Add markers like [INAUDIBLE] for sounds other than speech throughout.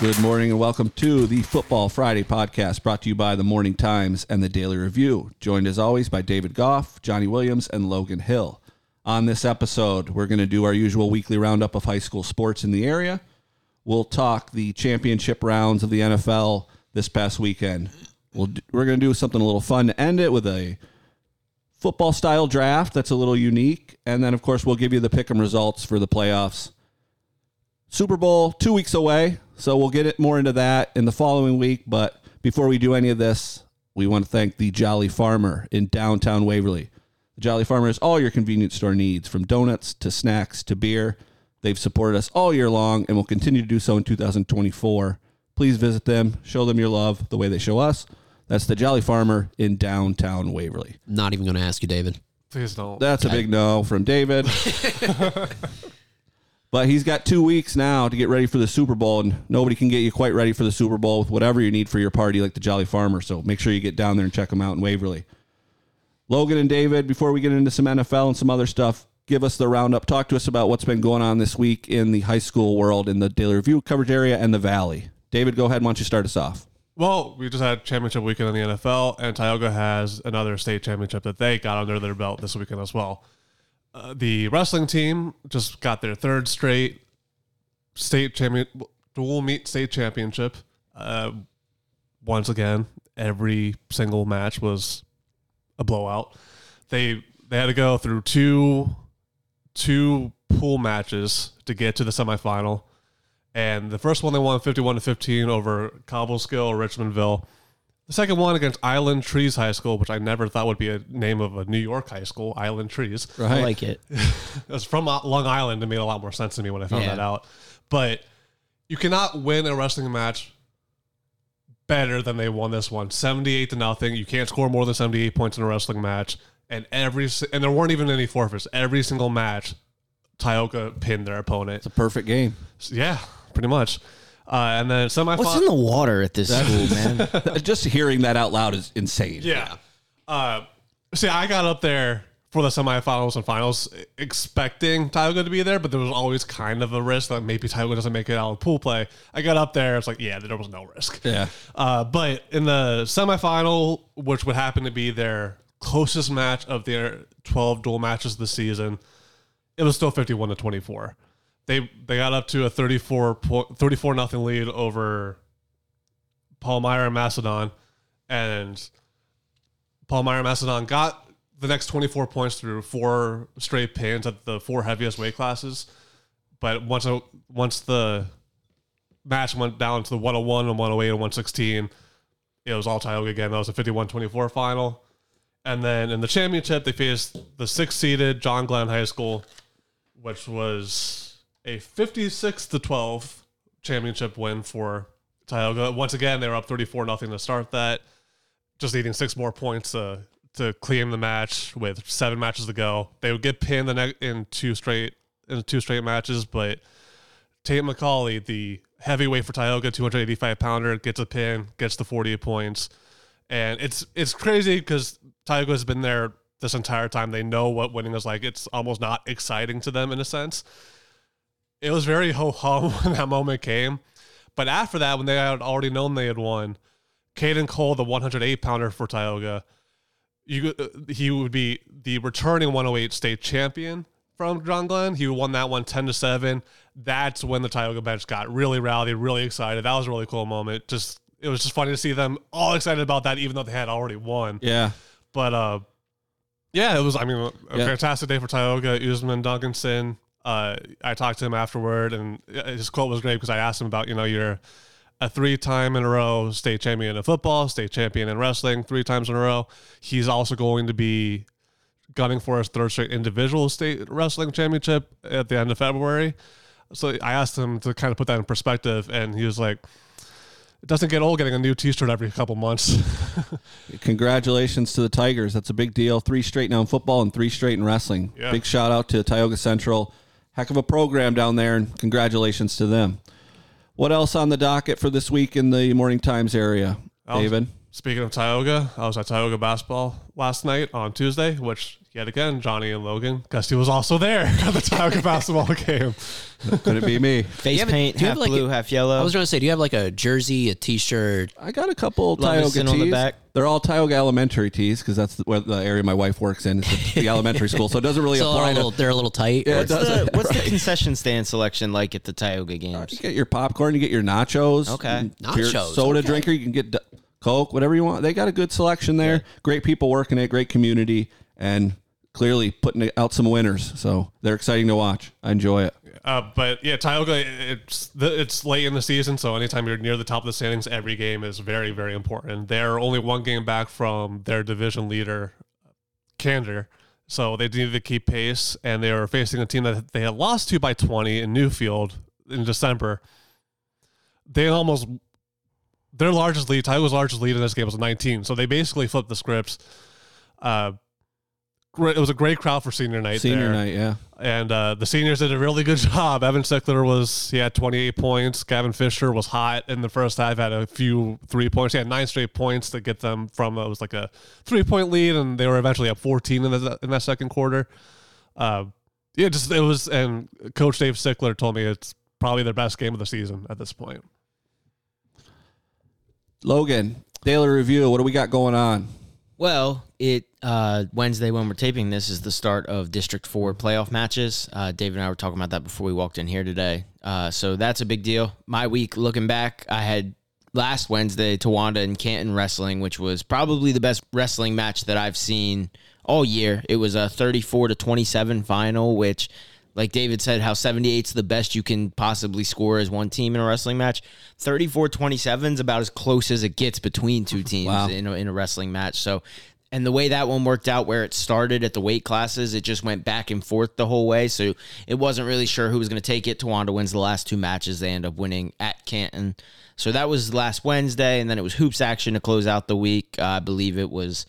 Good morning and welcome to the Football Friday podcast brought to you by the Morning Times and the Daily Review, joined as always by David Goff, Johnny Williams, and Logan Hill. On this episode, we're going to do our usual weekly roundup of high school sports in the area. We'll talk the championship rounds of the NFL this past weekend. We'll, d- we're going to do something a little fun to end it with a football style draft that's a little unique. And then, of course, we'll give you the pick 'em results for the playoffs. Super Bowl two weeks away, so we'll get it more into that in the following week. But before we do any of this, we want to thank the Jolly Farmer in downtown Waverly. The Jolly Farmer is all your convenience store needs, from donuts to snacks to beer. They've supported us all year long and will continue to do so in 2024. Please visit them, show them your love the way they show us. That's the Jolly Farmer in downtown Waverly. Not even going to ask you, David. Please don't. That's a big no from [LAUGHS] David. but he's got two weeks now to get ready for the Super Bowl, and nobody can get you quite ready for the Super Bowl with whatever you need for your party, like the Jolly Farmer. So make sure you get down there and check them out in Waverly. Logan and David, before we get into some NFL and some other stuff, give us the roundup. Talk to us about what's been going on this week in the high school world, in the Daily Review coverage area, and the Valley. David, go ahead. Why don't you start us off? Well, we just had championship weekend in the NFL, and Tioga has another state championship that they got under their belt this weekend as well. Uh, the wrestling team just got their third straight state champion dual meet state championship. Uh, once again, every single match was a blowout. They they had to go through two two pool matches to get to the semifinal. And the first one they won 51 to 15 over Cobleskill or Richmondville. The second one against Island Trees High School, which I never thought would be a name of a New York high school, Island Trees. I like it. It was from uh, Long Island. It made a lot more sense to me when I found Yeah. that out. But you cannot win a wrestling match better than they won this one 78 to nothing. You can't score more than 78 points in a wrestling match. And every si- and there weren't even any forfeits. Every single match, Tioga pinned their opponent. It's a perfect game. Yeah, pretty much. Uh, and then semifinal. What's in the water at this school, [LAUGHS] [LAUGHS] man? Just hearing that out loud is insane. Yeah. Uh, see, I got up there for the semifinals and finals expecting Tioga to be there, but there was always kind of a risk that maybe Tioga doesn't make it out of pool play. I got up there, it's like, yeah, there was no risk. Yeah. Uh, but in the semifinal, which would happen to be their closest match of their 12 dual matches this season, it was still 51 to 24. They they got up to a 34 point, 34 nothing lead over Palmyra and Macedon and Palmyra and Macedon got the next 24 points through four straight pins at the four heaviest weight classes. But once once the match went down to the 101 and 108 and 116, it was all Tioga again. That was a 51-24 final. And then in the championship, they faced the six-seeded John Glenn High School, which was a 56 to 12 championship win for Tioga. Once again, they were up 34 nothing to start that just needing six more points to to claim the match with seven matches to go. They would get pinned the ne- in two straight in two straight matches, but Tate McCauley, the heavyweight for Tioga, 285 pounder, gets a pin, gets the 48 points, and it's it's crazy because Tioga has been there this entire time. They know what winning is like. It's almost not exciting to them in a sense. It was very [LAUGHS] ho hum when that moment came, but after that, when they had already known they had won, Caden Cole, the 108 pounder for Tioga, you uh, he would be the returning 108 state champion from John Glenn. He won that one 10 to 7. That's when the Tioga bench got really rowdy, really excited. That was a really cool moment. Just it was just funny to see them all excited about that, even though they had already won. Yeah. But uh, yeah, it was. I mean, a Yeah. fantastic day for Tioga Usman Duncanson. Uh, I talked to him afterward, and uh, his quote was great because I asked him about you know you're a three time in a row state champion in football, state champion in wrestling, three times in a row. He's also going to be gunning for his third straight individual state wrestling championship at the end of February. So I asked him to kind of put that in perspective, and he was like, "It doesn't get old getting a new T-shirt every couple months." [LAUGHS] Congratulations to the Tigers. That's a big deal. Three straight now in football and three straight in wrestling. Yeah. Big shout out to Tioga Central. Heck of a program down there, and congratulations to them. What else on the docket for this week in the Morning Times area, David? Speaking of Tioga, I was at Tioga basketball last night on Tuesday, which yet again Johnny and Logan, Gusty was also there [LAUGHS] at the Tioga basketball [LAUGHS] game. [LAUGHS] Could it be me? Face have a- paint, do you half have like blue, a- half I yellow. was trying to say, do you have like a jersey, a T-shirt? [LAUGHS] I got a couple Tioga Levinson tees. on the back. They're all Tioga Elementary tees because that's the, where the area my wife works in. It's [LAUGHS] the, the elementary school, so it doesn't really So they're apply a little, to. they're a little tight. Yeah, or- it What's doesn't. the, [LAUGHS] what's the concession stand selection like at the Tioga games? You get your popcorn, you get your nachos, Okay. and if you're a Nachos, soda okay. drinker. You can get d- Coke, whatever you want. They got a good selection there. Great people working it, great community, and clearly putting out some winners. So they're exciting to watch. I enjoy it. Uh, but yeah, Tioga, it's the, it's late in the season, so anytime you're near the top of the standings, every game is very, very important. They're only one game back from their division leader, Candor, so they needed to keep pace, and they were facing a team that they had lost to by 20 in Newfield in December. They almost their largest lead, Tioga's largest lead in this game was 19, so they basically flipped the scripts. Uh, great, it was a great crowd for senior night. Senior there night, yeah. and uh, the seniors did a really good [LAUGHS] job. Evan Sickler was he had 28 points. Gavin Fisher was hot in the first half. Had a few three points. He had nine straight points to get them from it was like a three point lead, and they were eventually up 14 in, the, in that second quarter. Uh, yeah, just it was. And Coach Dave Sickler told me it's probably their best game of the season at this point. Logan, daily review. What do we got going on? Well, it uh, Wednesday when we're taping this is the start of District Four playoff matches. Uh, Dave and I were talking about that before we walked in here today, uh, so that's a big deal. My week, looking back, I had last Wednesday Tawanda and Canton wrestling, which was probably the best wrestling match that I've seen all year. It was a thirty-four to twenty-seven final, which. Like David said, how 78's the best you can possibly score as one team in a wrestling match. 34 27 is about as close as it gets between two teams Wow. in a, in a wrestling match. So, and the way that one worked out, where it started at the weight classes, it just went back and forth the whole way. So it wasn't really sure who was going to take it. Tawanda wins the last two matches. They end up winning at Canton. So that was last Wednesday, and then it was hoops action to close out the week. Uh, I believe it was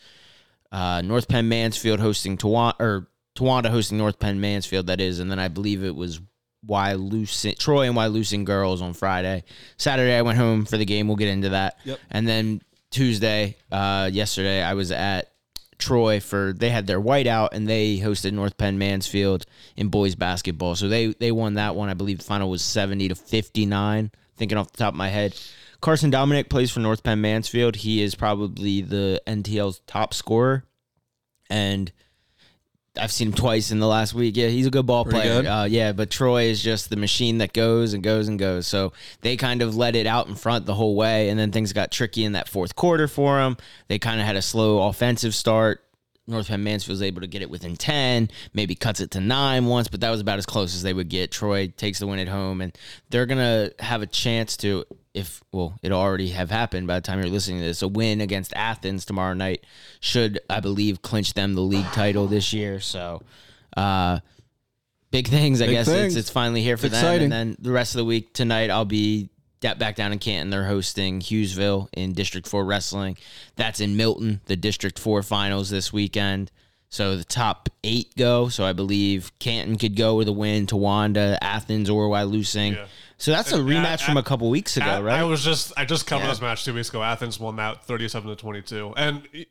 uh, North Penn Mansfield hosting Tawanda or Tawanda hosting North Penn Mansfield. That is, and then I believe it was why Lucent Troy and why Lucent girls on Friday. Saturday I went home for the game. We'll get into that. Yep. And then Tuesday, uh, yesterday I was at Troy for they had their whiteout and they hosted North Penn Mansfield in boys basketball. So they they won that one. I believe the final was seventy to fifty nine. Thinking off the top of my head, Carson Dominic plays for North Penn Mansfield. He is probably the NTL's top scorer, and I've seen him twice in the last week. Yeah, he's a good ball Pretty player. good. Uh, yeah, but Troy is just the machine that goes and goes and goes. So they kind of let it out in front the whole way, and then things got tricky in that fourth quarter for them. They kind of had a slow offensive start. North Penn Mansfield's able to get it within 10, maybe cuts it to nine once, but that was about as close as they would get. Troy takes the win at home, and they're going to have a chance to, if, well, it'll already have happened by the time you're listening to this. A win against Athens tomorrow night should, I believe, clinch them the league title this year. So, uh, big things, I Big guess. things. It's, it's finally here for It's them. exciting. And then the rest of the week tonight, I'll be da- back down in Canton. They're hosting Hughesville in District Four Wrestling. That's in Milton. The District Four finals this weekend. So the top eight go. So I believe Canton could go with a win. Tawanda, Athens, or Wailusing. So that's a And rematch at- from a couple weeks ago, I, right? I was just I just covered Yeah. this match two weeks ago. Athens won that thirty-seven to twenty-two, and y-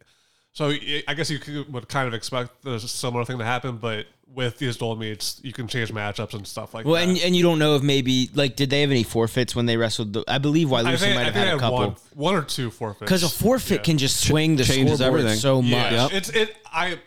so y- I guess you could, would kind of expect a similar thing to happen, but with these dual meets, you can change matchups and stuff like well, that. and, and you don't know if maybe like did they have any forfeits when they wrestled? The, I believe I Wailusing think, might I have think I had a had one, couple one or two forfeits because a forfeit can just swing the changes scoreboard everything. so much. Yeah, it's it. I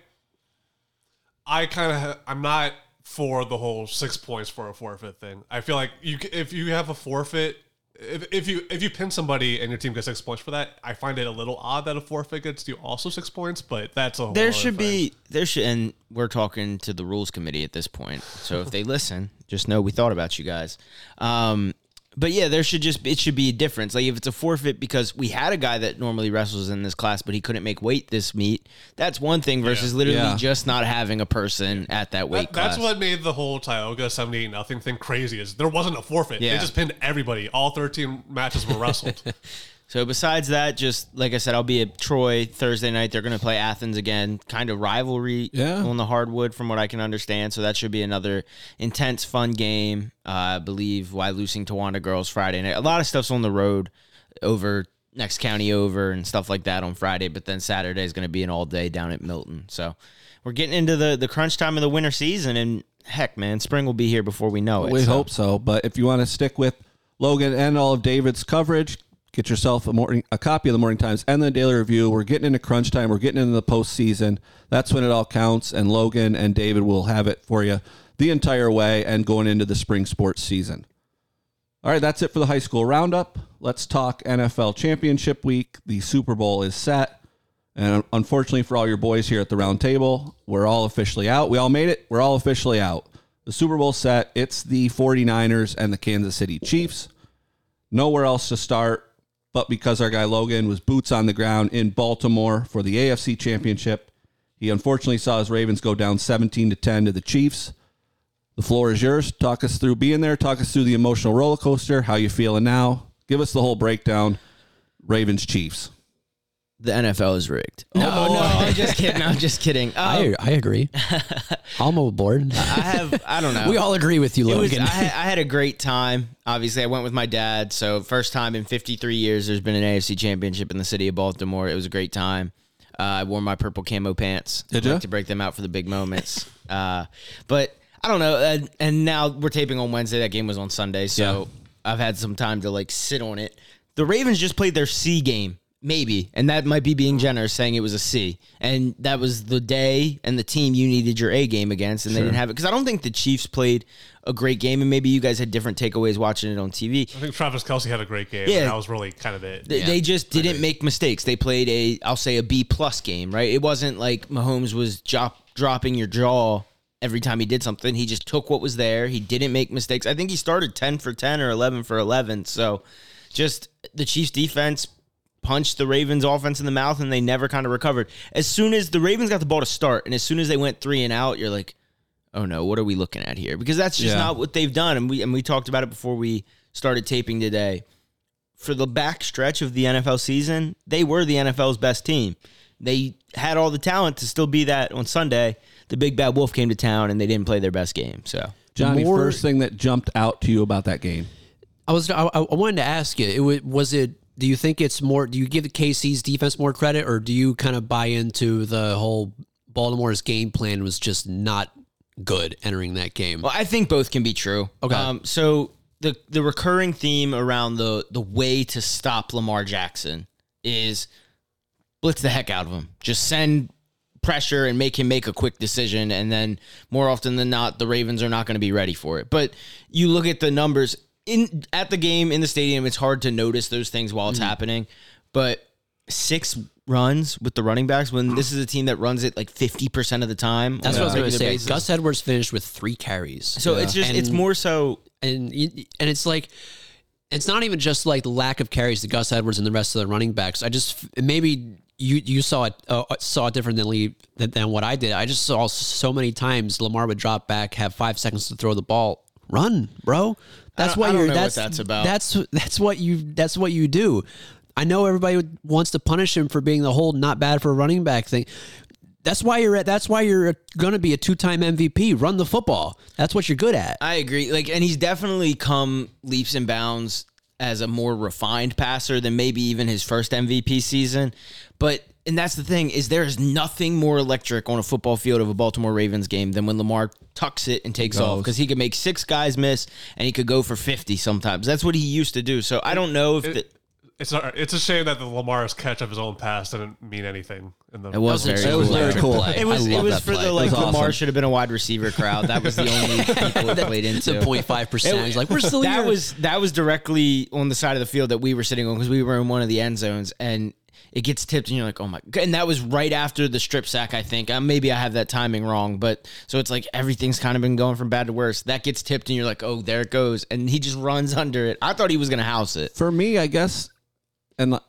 I kind of I'm not for the whole six points for a forfeit thing. I feel like you c- if you have a forfeit. If, if you if you pin somebody and your team gets six points for that, I find it a little odd that a forfeit gets you also six points, but that's a whole There other should thing. be there should and we're talking to the rules committee at this point. So if they listen, just know we thought about you guys. Um but yeah, there should just it should be a difference. Like if it's a forfeit because we had a guy that normally wrestles in this class, but he couldn't make weight this meet. That's one thing versus literally Yeah. just not having a person at that weight That- that's class. what made the whole Tioga seventy eight nothing thing crazy. Is there wasn't a forfeit? They Yeah. just pinned everybody. All thirteen matches were [LAUGHS] wrestled. So besides that, just like I said, I'll be at Troy Thursday night. They're going to play Athens again, kind of rivalry Yeah. on the hardwood, from what I can understand. So that should be another intense, fun game. Uh, I believe why losing Tawanda girls Friday night. A lot of stuff's on the road over next county over and stuff like that on Friday. But then Saturday is going to be an all day down at Milton. So we're getting into the the crunch time of the winter season, and heck, man, spring will be here before we know it. We so. hope so. But if you want to stick with Logan and all of David's coverage, get yourself a morning a copy of the Morning Times and the Daily Review. We're getting into crunch time. We're getting into the postseason. That's when it all counts. And Logan and David will have it for you the entire way and going into the spring sports season. All right, that's it for the high school roundup. Let's talk NFL Championship Week. The Super Bowl is set. And unfortunately for all your boys here at the round table, we're all officially out. We all made it. We're all officially out. The Super Bowl set, it's the 49ers and the Kansas City Chiefs. Nowhere else to start, but because our guy Logan was boots on the ground in Baltimore for the AFC Championship, he unfortunately saw his Ravens go down 17 to 10 to the Chiefs. The floor is yours. Talk us through being there, talk us through the emotional roller coaster, how you feeling now. Give us the whole breakdown. Ravens Chiefs. the NFL is rigged. No, no, I'm just kidding. I'm just kidding. [LAUGHS] Um, I, I, I [LAUGHS] agree. I'm aboard. have, I don't [LAUGHS] know. we all agree with you, It was, Logan. I, had, I had a great time. Obviously, I went with my dad. So, first time in 53 years, there's been an AFC championship in the city of Baltimore. It was a great time. Uh, I wore my purple camo pants. Did I like ya? To break them out for the big moments. uh, but I don't know. And, and now we're taping on Wednesday. That game was on Sunday. So, I've had some time to like sit on it. The Ravens just played their C game. Maybe, and that might be being generous, saying it was a C, and that was the day and the team you needed your A game against, and they didn't have it because I don't think the Chiefs played a great game, and maybe you guys had different takeaways watching it on TV. I think Travis Kelsey had a great game. Yeah. And that was really kind of it. They, they just didn't make mistakes. They played a, I'll say a B plus game, right? It wasn't like Mahomes was drop, dropping your jaw every time he did something. He just took what was there. He didn't make mistakes. I think he started ten for ten or eleven for eleven. So, just the Chiefs defense punched the Ravens offense in the mouth, and they never kind of recovered. As soon as the Ravens got the ball to start, and as soon as they went three and out, you're like, oh no, what are we looking at here? Because that's just Yeah. not what they've done. And we and we talked about it before we started taping today. For the back stretch of the NFL season, they were the NFL's best team. They had all the talent to still be that on Sunday. The big bad wolf came to town and they didn't play their best game. So Johnny, more- first thing that jumped out to you about that game. I was I, I wanted to ask you. It was, was it. Do you think it's more? Do you give KC's defense more credit, or do you kind of buy into the whole Baltimore's game plan was just not good entering that game? Well, I think both can be true. Um, Okay. so the the recurring theme around the the way to stop Lamar Jackson is blitz the heck out of him. Just send pressure and make him make a quick decision, and then more often than not, the Ravens are not going to be ready for it. But you look at the numbers in at the game in the stadium; it's hard to notice those things while it's Mm-hmm. happening, but six runs with the running backs when this is a team that runs it like 50% of the time That's what I was going to say. basis. Gus Edwards finished with three carries. so it's just it's And- more so and you- and it's like it's not even just like the lack of carries to Gus Edwards and the rest of the running backs. I just maybe you you saw it uh, saw it differently than, than what I did. I just saw so many times Lamar would drop back, have five seconds to throw the ball, run, bro. That's don't- what I don't you're. know what that's that's about. That's that's what you that's what you do. I know everybody would- wants to punish him for being the whole not bad for a running back thing. That's why you're at. That's why you're going to be a two-time MVP. Run the football. That's what you're good at. I agree. Like, and he's definitely come leaps and bounds as a more refined passer than maybe even his first MVP season. But and that's the thing is there is nothing more electric on a football field of a Baltimore Ravens game than when Lamar tucks it and takes off because he could make six guys miss and he could go for fifty sometimes. That's what he used to do. So I don't know if the, It- It's a, it's a shame that the Lamar's catch of his own pass didn't mean anything. In the it was That was very an It was cool. very electric cool. play. It was, I it love was that for play. the like was Lamar awesome. should have been a wide receiver crowd. That was the only people [LAUGHS] it played into. to 0.5 percent. He's like, we're still that here. was that was directly on the side of the field that we were sitting on because we were in one of the end zones and it gets tipped and you're like oh my god and that was right after the strip sack i think uh, maybe i have that timing wrong but so it's like everything's kind of been going from bad to worse that gets tipped and you're like oh there it goes and he just runs [LAUGHS] under it i thought he was gonna house it for me, I guess, and uh,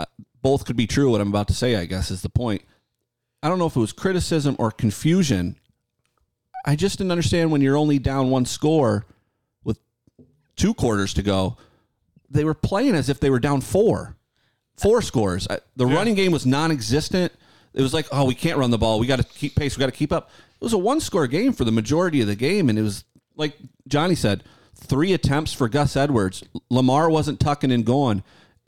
both could be true. What I'm about to say, I guess, is the point. I don't know if it was criticism or confusion. I just didn't understand when you're only down one score with two quarters to go. They were playing as if they were down four, four scores. I, the running game was non-existent. It was like, oh, we can't run the ball. We got to keep pace. We got to keep up. It was a one-score game for the majority of the game, and it was like Johnny said, three attempts for Gus Edwards. Lamar wasn't tucking and going.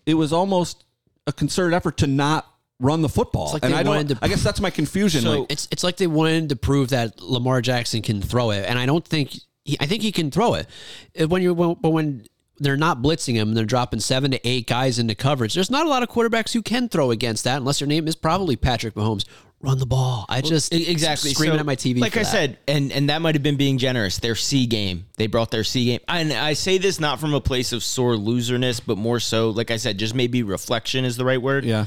It was almost a concerted effort to not run the football. like and they I don't. wanted to- I guess that's my confusion. like, it's it's like they wanted to prove that Lamar Jackson can throw it, and I don't think he, I think he can throw it. Uh, When you when, but when they're not blitzing him, they're dropping seven to eight guys into coverage. There's not a lot of quarterbacks who can throw against that, unless your name is probably Patrick Mahomes. Run the ball. I just E- exactly screaming So, at my TV. Like for I that. said, and and that might have been being generous. Their C game, they brought their C game, and I say this not from a place of sore loserness, but more so, like I said, just maybe reflection is the right word. yeah.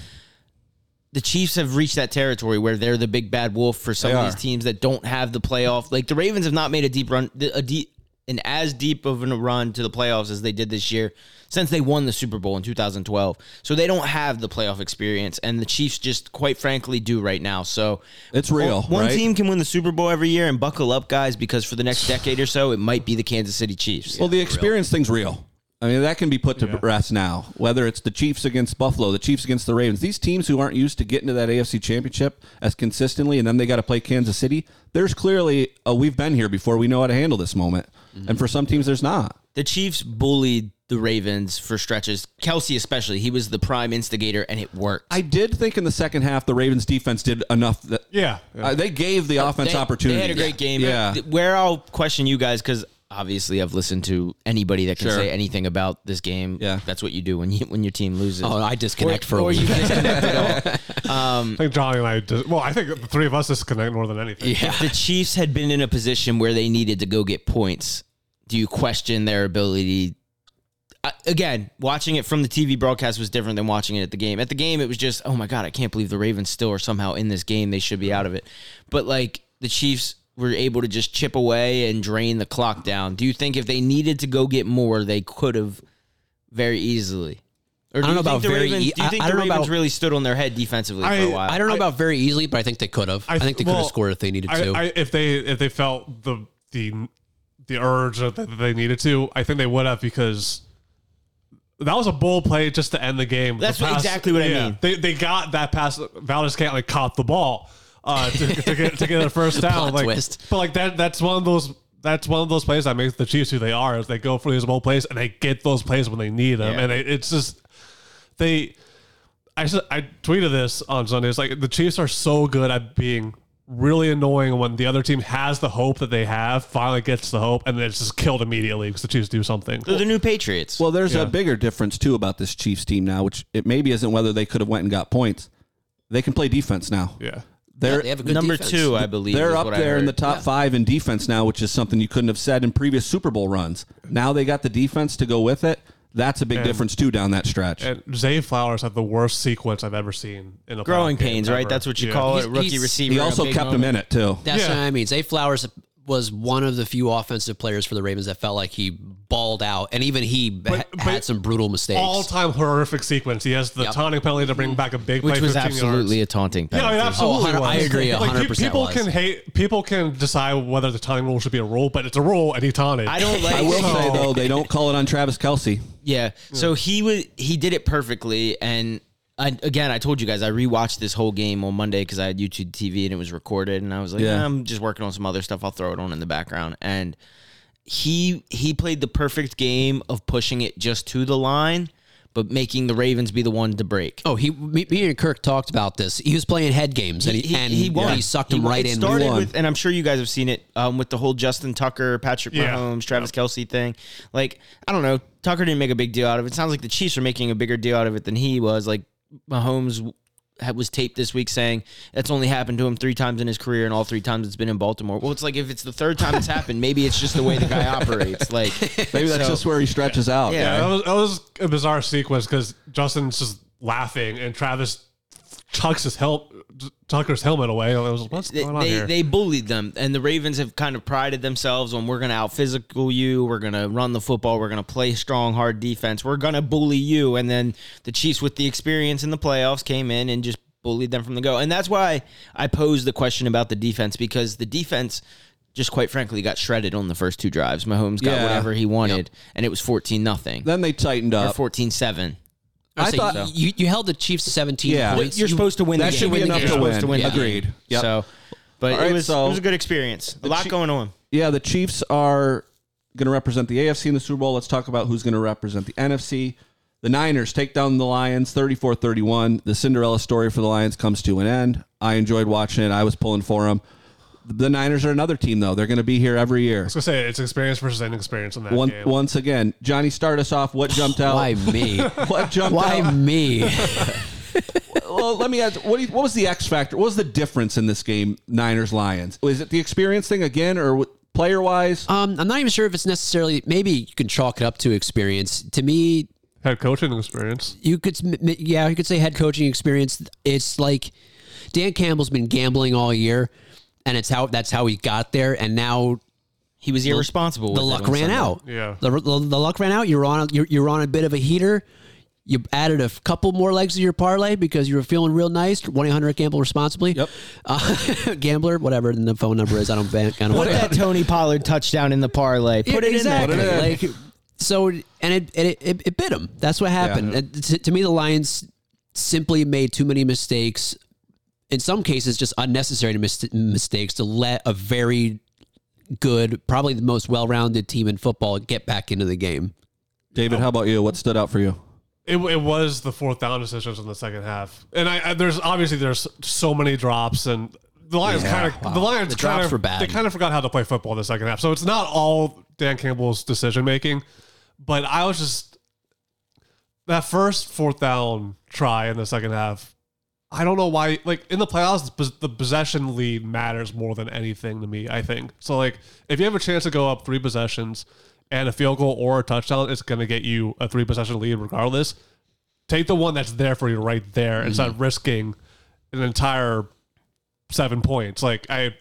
The Chiefs have reached that territory where they're the big bad wolf for some They of these are. teams that don't have the playoff. Like the Ravens have not made a deep run, a deep. And as deep of a run to the playoffs as they did this year since they won the Super Bowl in 2012. So they don't have the playoff experience, and the Chiefs just, quite frankly, do right now. So It's real, one right? team can win the Super Bowl every year, and buckle up, guys, because for the next decade or so, it might be the Kansas City Chiefs. Well, the experience thing's real. I mean, that can be put to rest now. Whether it's the Chiefs against Buffalo, the Chiefs against the Ravens, these teams who aren't used to getting to that AFC Championship as consistently, and then they got to play Kansas City. There's clearly a we've been here before. We know how to handle this moment, Mm-hmm. and for some teams, there's not. the Chiefs bullied the Ravens for stretches. Kelsey, especially, he was the prime instigator, and it worked. I did think in the second half the Ravens defense did enough that Yeah. yeah. uh, they gave the offense They- opportunity. They had a great game. Yeah. Th- Where I'll question you guys because obviously I've listened to anybody that can Sure. say anything about this game. Yeah. that's what you do when you when your team loses. Oh, I disconnect for a or week. you disconnect at all. Um, I think Johnny and I, just, well, I think the three of us disconnect more than anything. If the Chiefs had been in a position where they needed to go get points, do you question their ability? I, again, watching it from the TV broadcast was different than watching it at the game. At the game, it was just, oh my God, I can't believe the Ravens still are somehow in this game. They should be out of it. But like the Chiefs were able to just chip away and drain the clock down. Do you think if they needed to go get more, they could have very easily? I Or do don't you know think about the very Ravens, e- do you I- think I the don't know Ravens about- really stood on their head defensively I- for a [LAUGHS] while? I don't know about very easily, but I think they could have. I, think they could have well, scored if they needed I- to. I, if they if they felt the the the urge that they needed to, I think they would have because that was a bold play just to end the game. That's The exactly what I mean. They they got that pass. Valdez can't like caught the ball uh, to, to get to get [LAUGHS] a first down. Plot like, twist. But like that that's one of those. That's one of those plays that makes the Chiefs who they are. Is they go for these bold plays and they get those plays when they need them, Yeah. and it, it's just they. I s- I tweeted this on Sunday. It's like the Chiefs are so good at being really annoying when the other team has the hope that they have, finally gets the hope, and then it's just killed immediately because the Chiefs do something. They're the new Patriots. Well, there's a bigger difference too about this Chiefs team now, which it maybe isn't whether they could have went and got points. They can play defense now. Yeah. They're they have a good Number defense. two, I believe. is They're what up I there in heard. the top five in defense now, which is something you couldn't have said in previous Super Bowl runs. Now they got the defense to go with it. That's a big difference too down that stretch. And Zay Flowers had the worst sequence I've ever seen in a growing playoff game pains, ever. right? That's what you Yeah. call He's- it, rookie he's- receiver. he in a also big kept them moment. in it too. That's Yeah. what I mean. Zay Flowers was one of the few offensive players for the Ravens that felt like he balled out, and even he ha- but had some brutal mistakes. All time horrific sequence. He has the Yep. taunting penalty to bring back a big play. which was 15 absolutely yards. a taunting Yeah, I penalty. mean, absolutely. Oh, I was. agree, Like, you- 100% People was. can hate. People can decide whether the taunting rule should be a rule, but it's a rule, and he taunted. [LAUGHS] [LAUGHS] I don't like. I will say Oh. though, they don't call it on Travis Kelsey. Yeah. So he was he did it perfectly, and I, again, I told you guys I rewatched this whole game on Monday because I had YouTube TV and it was recorded, and I was like, Yeah. "Nah, I'm just working on some other stuff. I'll throw it on in the background, and he he played the perfect game of pushing it just to the line, but making the Ravens be the one to break. Oh, he me, me and Kirk talked about this. He was playing head games, and he, and he, sucked him won. right it in. Started He won. with, and I'm sure you guys have seen it um, with the whole Justin Tucker, Patrick Yeah. Mahomes, Travis Kelsey thing. Like, I don't know. Tucker didn't make a big deal out of it. Sounds like the Chiefs are making a bigger deal out of it than he was. Like Mahomes had- was taped this week saying that's only happened to him three times in his career, and all three times it's been in Baltimore. Well, it's like if it's the third time it's happened, maybe it's just the way the [LAUGHS] guy operates. Like, Maybe that's so- just where he stretches out. Yeah. Yeah, that was, that was a bizarre sequence because Justin's just laughing and Travis chucks his hel- Tucker's helmet away. And I was like, what's they, going on they, here? they bullied them, and the Ravens have kind of prided themselves on we're going to out physical you, we're going to run the football, we're going to play strong, hard defense, we're going to bully you. And then the Chiefs, with the experience in the playoffs, came in and just bullied them from the go. And that's why I posed the question about the defense because the defense. Just quite frankly, got shredded on the first two drives. Mahomes got Yeah. whatever he wanted, and it was fourteen nothing Then they tightened or up. 14-7. I So thought you, you held the Chiefs to 17 Yeah. points. You're You- supposed to win. that the should game. be enough You're to supposed win. the game. Agreed. Yep. So, but All right, it was so- it was a good experience. A lot Chi- going on. Yeah, the Chiefs are going to represent the AFC in the Super Bowl. Let's talk about who's going to represent the NFC. The Niners take down the Lions 34 31. The Cinderella story for the Lions comes to an end. I enjoyed watching it. I was pulling for them. The Niners are another team, though. They're going to be here every year. was gonna say it's experience versus inexperience in that One, game. once again, Johnny, start us off. What jumped out? [LAUGHS] Why me? What jumped Why out? me? Well, let me ask. What, do you, what was the X factor? What was the difference in this game, Niners Lions? Was it the experience thing again, or player wise? Um, I'm not even sure if it's necessarily. Maybe you can chalk it up to experience. To me, Had coaching experience. you could m- m- yeah you could say head coaching experience it's like dan campbell's been gambling all year and it's how that's how he got there and now He was irresponsible. the with it luck on ran Sunday. out Yeah. the, the, the luck ran out you're on a, you're, you're on a bit of a heater you added a f- couple more legs to your parlay because you were feeling real nice. One eight hundred gamble responsibly. Yep. Uh, [LAUGHS] gambler, whatever the phone number is, I don't. ban- I don't Put that Tony Pollard touchdown in the parlay. Put it exactly. Put it in. Like so, and it it, it, it bit him. That's what happened. Yeah. And to, to me, the Lions simply made too many mistakes. In some cases, just unnecessary mis- mistakes to let a very good, probably the most well-rounded team in football get back into the game. David, how about you? What stood out for you? It, it was the fourth down decisions in the second half, and I, I there's obviously there's so many drops, and the Lions Yeah, kind of wow. the Lions The kinda, drops were bad. They kind of forgot how to play football in the second half, so it's not all Dan Campbell's decision making, but I was just that first fourth down try in the second half. I don't know why, like in the playoffs, pos- the possession lead matters more than anything to me. I think so. Like if you have a chance to go up three possessions. And a field goal or a touchdown is going to get you a three possession lead regardless take the one that's there for you right there instead Mm-hmm. of risking an entire seven points. Like I,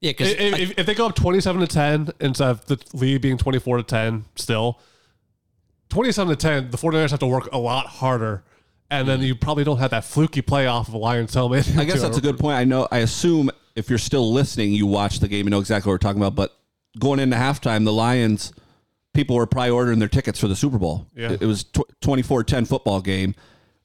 Yeah, because if, if, if they go up twenty-seven to ten instead of the lead being twenty-four to ten, still twenty-seven to ten, the 49ers have to work a lot harder. And then you probably don't have that fluky play off of a Lions helmet. Mm-hmm. I guess that's a good point. I know. I assume if you're still listening, you watch the game and know exactly what we're talking about. But going into halftime, the Lions people were probably ordering their tickets for the Super Bowl. Yeah. It, it was tw- 24-10 football game.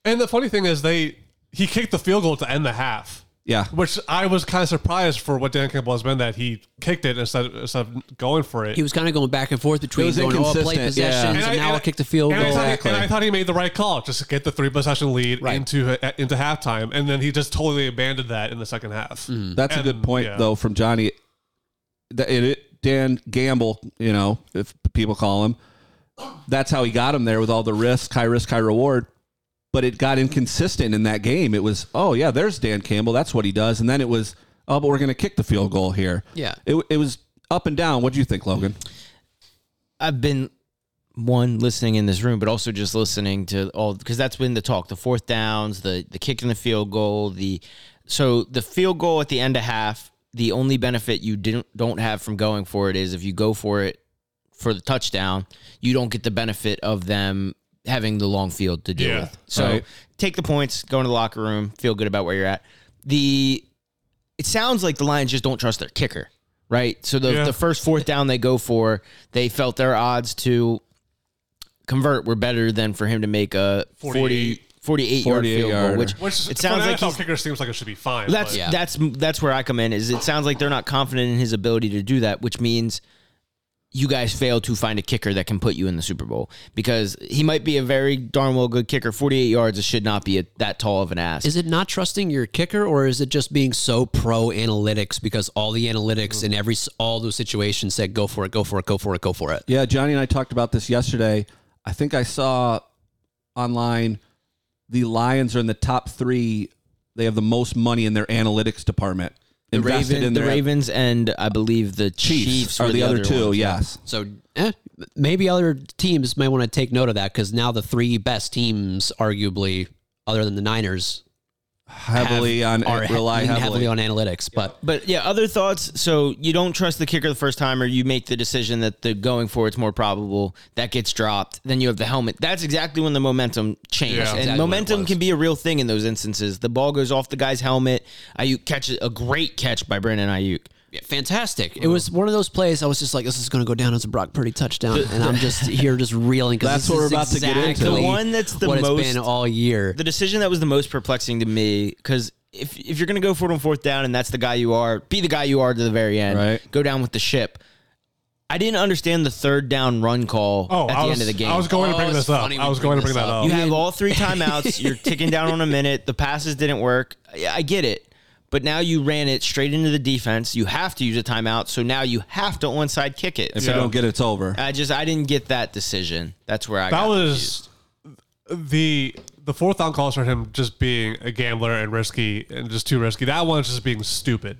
And the funny thing is, they he kicked the field goal to end the half. Yeah, Which I was kind of surprised for what Dan Campbell has been that he kicked it instead of, instead of going for it. he was kind of going back and forth between was going, oh, I'll play inconsistent, yeah. possessions, And and, now I'll kick the field and I, goal. thought Exactly. he, and I thought he made the right call, just to get the three possession lead into uh, into halftime, and then he just totally abandoned that in the second half. Mm. that's a good And, point yeah. though from Johnny. That it, it- Dan Gamble, you know, if people call him, that's how he got him there with all the risk, high risk, high reward. But it got inconsistent in that game. It was, oh yeah, there's Dan Campbell. That's what he does. And then it was, oh, but we're going to kick the field goal here. Yeah. It, it was up and down. What do you think, Logan? I've been one listening in this room, but also just listening to all because that's been the talk: the fourth downs, the the kick in the field goal, the so the field goal at the end of half. The only benefit you didn't don't have from going for it is if you go for it for the touchdown, you don't get the benefit of them having the long field to deal Yeah, with. So right. take the points, go into the locker room, feel good about where you're at. The it sounds like the Lions just don't trust their kicker, right? So the, Yeah. the first fourth down they go for, they felt their odds to convert were better than for him to make a 40, 48. 48 yard 48 field yarder. goal, which, Which it sounds like he's, kicker seems like it should be fine. that's but- Yeah. that's that's where I come in is it sounds like they're not confident in his ability to do that, which means you guys fail to find a kicker that can put you in the Super Bowl because he might be a very darn well good kicker. 48 yards it should not be a, that tall of an ass. Is it not trusting your kicker, or is it just being so pro analytics because all the analytics in every all those situations said go for it, go for it, go for it, go for it? Yeah, Johnny and I talked about this yesterday. I think I saw online the Lions are in the top three. They have the most money in their analytics department. the invested Raven, in the their Ravens and uh, I believe the Chiefs, Chiefs, are were the, other, two. ones. Yes, So eh, maybe other teams may want to take note of that because now the three best teams, arguably, other than the Niners, have- heavily on eh, are rely lean heavily. on analytics. But But yeah, other thoughts. So you don't trust the kicker the first time, or you make the decision that the going for it's more probable. That gets dropped. Then you have the helmet. That's exactly when the momentum changes, Yeah. and Exactly what it momentum was. can be a real thing in those instances. The ball goes off the guy's helmet. Ayuk catches a great catch by Brandon Ayuk. yeah, fantastic! It was one of those plays. I was just like, this is going to go down as a Brock Purdy touchdown, and I'm just here just reeling That's because this what is we're about to get into. exactly The one that's the what most- it's been all year. The decision that was the most perplexing to me because. If, if you're going to go for it on fourth down and that's the guy you are, be the guy you are to the very end. Right. Go down with the ship. I didn't understand the third down run call Oh, at the I was, end of the game. I was going Oh, to bring it's this up. funny we I was bring going to this bring that up. up. You have [LAUGHS] all three timeouts. You're ticking down on a minute. The passes didn't work. I I get it. But now you ran it straight into the defense. You have to use a timeout. So now you have to onside kick it. If So you don't get it, it's over. I just, I didn't get that decision. That's where I that got was the the fourth down calls for him just being a gambler and risky and just too risky. That one's just being stupid.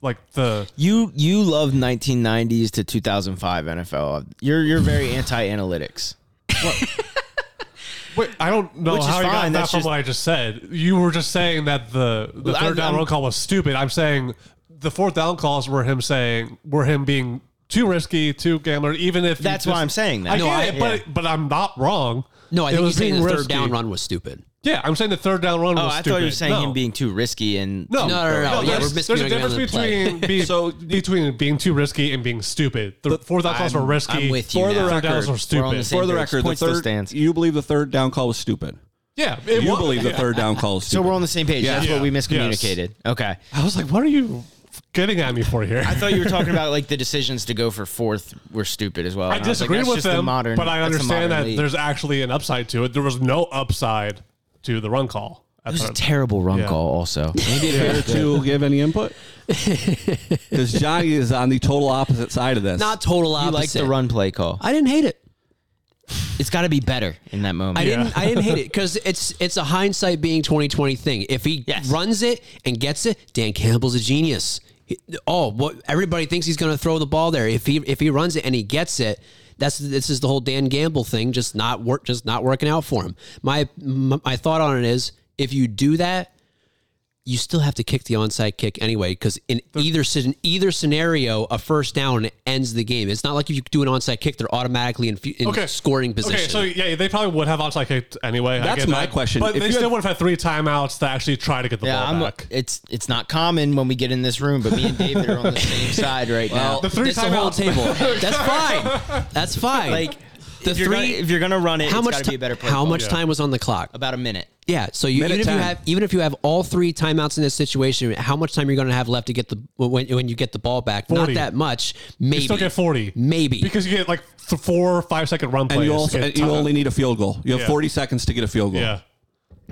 Like the You you love 1990s to 2005 NFL. You're you're very anti analytics. wait, I don't know Which is how you fine, got that that's from just- what I just said. You were just saying that the the Well, I- third down I'm- roll call was stupid. I'm saying the fourth down calls were him saying were him being too risky, too gambler. Even if you That's why just- I'm saying that. I No, get I- it, but but I'm not wrong. No, I It think was he's saying being the third risky. down run was stupid. Yeah, I'm saying the third down run Oh, was I stupid. thought you were saying No. him being too risky and No, No, no, no, no. Yeah, there's, we're there's miscommunicating a on difference the play. [LAUGHS] between being, So- between being too risky and being stupid. The fourth down calls were risky. I'm with you For the now. Third downs record, were We're on the stupid. same- For the Sandberg's record, the point still third stands. you believe the third down call was stupid. yeah, it You wa- believe the yeah. third down call was So stupid. we're on the same page. Yeah. That's what we Yeah. miscommunicated. [LAUGHS] Okay. I was [LAUGHS] like, what are you getting at me for here? I thought you were talking about like the decisions to go for fourth were stupid as well. I And was like, disagree that's with just the them, modern- but I that's the modern understand that league. there's actually an upside to it. There was no upside to the run call. it at was a third. terrible run Yeah. call. [LAUGHS] Also, maybe Care to give any [LAUGHS] input? Because Johnny is on the total opposite side of this. Not total you opposite. like the run play call. I didn't hate it. It's got to be better in that moment. I didn't. I didn't hate [LAUGHS] it because it's it's a hindsight being twenty twenty thing. If he Yes. runs it and gets it, Dan Campbell's a genius. He- oh, what everybody thinks he's going to throw the ball there. If he if he runs it and he gets it, that's this is the whole Dan Gamble thing. Just not work. Just not working out for him. My my, my thought on it is if you do that. You still have to kick the onside kick anyway, because in either either in either scenario, a first down ends the game. It's not like if you do an onside kick, they're automatically in, f- in scoring position. Okay, so yeah, they probably would have onside kicked anyway. I That's get my that. question. But If they you still had- would have had three timeouts to actually try to get the Yeah, ball I'm, back. it's it's not common when we get in this room, but me and David are [LAUGHS] on the same side right Well, now. the [LAUGHS] three That's the whole timeouts. table. That's fine. That's fine. Like the if you're gonna, three. if you're gonna run it, how it's much? got to ti- be a better play. how call. much time was on the clock? About a minute. Yeah. So you, Minute even if you 10. have even if you have all three timeouts in this situation, how much time you're going to have left to get the when, when you get the ball back? 40. Not that much. Maybe You still get 40. Maybe. Because you get like th- four or five second run plays. and you, also, Get and you time- only need a field goal. You have Yeah. 40 seconds to get a field goal. Yeah.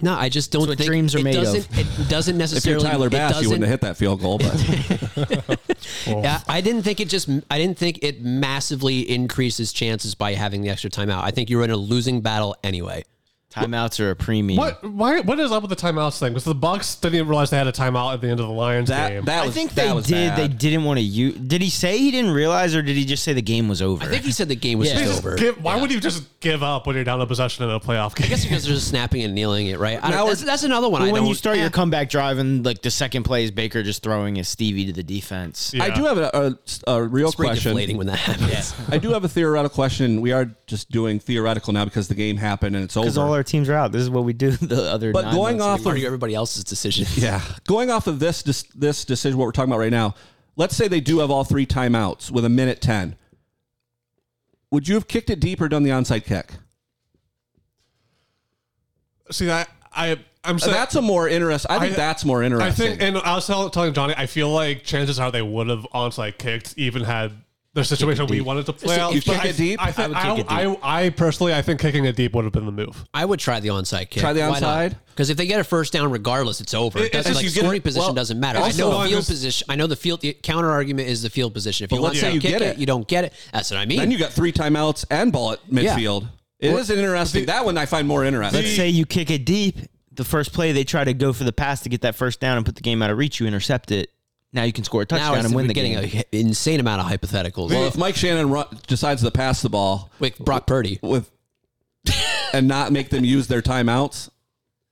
no, I just don't what think dreams are it made of. doesn't, It doesn't If you're necessarily. Tyler it Bass, you doesn't- wouldn't have hit that field goal. But Yeah, I didn't think it just. I didn't think it massively increases chances by having the extra timeout. I think you're in a losing battle anyway. Timeouts are a premium. What? Why? What is up with the timeouts thing? Because the Bucks didn't even realize they had a timeout at the end of the Lions that, game. that I was, think that they was did. They bad. didn't want to use. Did he say he didn't realize, or did he just say the game was over? I think he said the game was Yeah. They just just over. give- why would you just give up when you're down a possession in a playoff game? [LAUGHS] I guess because they're just snapping and kneeling it, right? I Now don't, that's, it- that's another one. I But when don't, you start eh. your comeback drive and like the second play is Baker just throwing his Stevie to the defense. I do have a, a, a real pretty question. deflating when that happens. I do have a theoretical question. We are just doing theoretical now because the game happened and it's Because over. all our teams are out. This is what we do. [LAUGHS] The other. But nine going months. off Or of everybody else's decision. yeah, going off of this this, this decision, what we're talking about right now, let's say they do have all three timeouts with a minute ten. Would you have kicked it deep or done the onside kick? See that I I'm saying that's a more interest. I think I- that's more I interesting. think, and I was tell, telling Johnny, I feel like chances are they would have onside kicked, even had the situation we wanted to play So out. you But kick I, it deep? I, think, I I, would I, kick it I, personally, I think kicking it deep would have been the move. I would try the onside kick. Try the onside? because if they get a first down, regardless, it's over. It It- it's doesn't just like you get scoring it- position well, doesn't matter. I also know long field as- position. I know the field the counter argument is the field position. If you let's onside say you kick get it. you don't get it. That's what I mean. then you got three timeouts and ball at midfield. It is an interesting. that one I find more interesting. Let's say you kick it deep. The first play, they try to go for the pass to get that first down and put the game out of reach. You intercept it. Now you can score a now touchdown it's- and win we're the getting game. an insane amount of hypotheticals. well, if Mike Shannon run, decides to pass the ball Like Brock Purdy. with and not make them use their timeouts,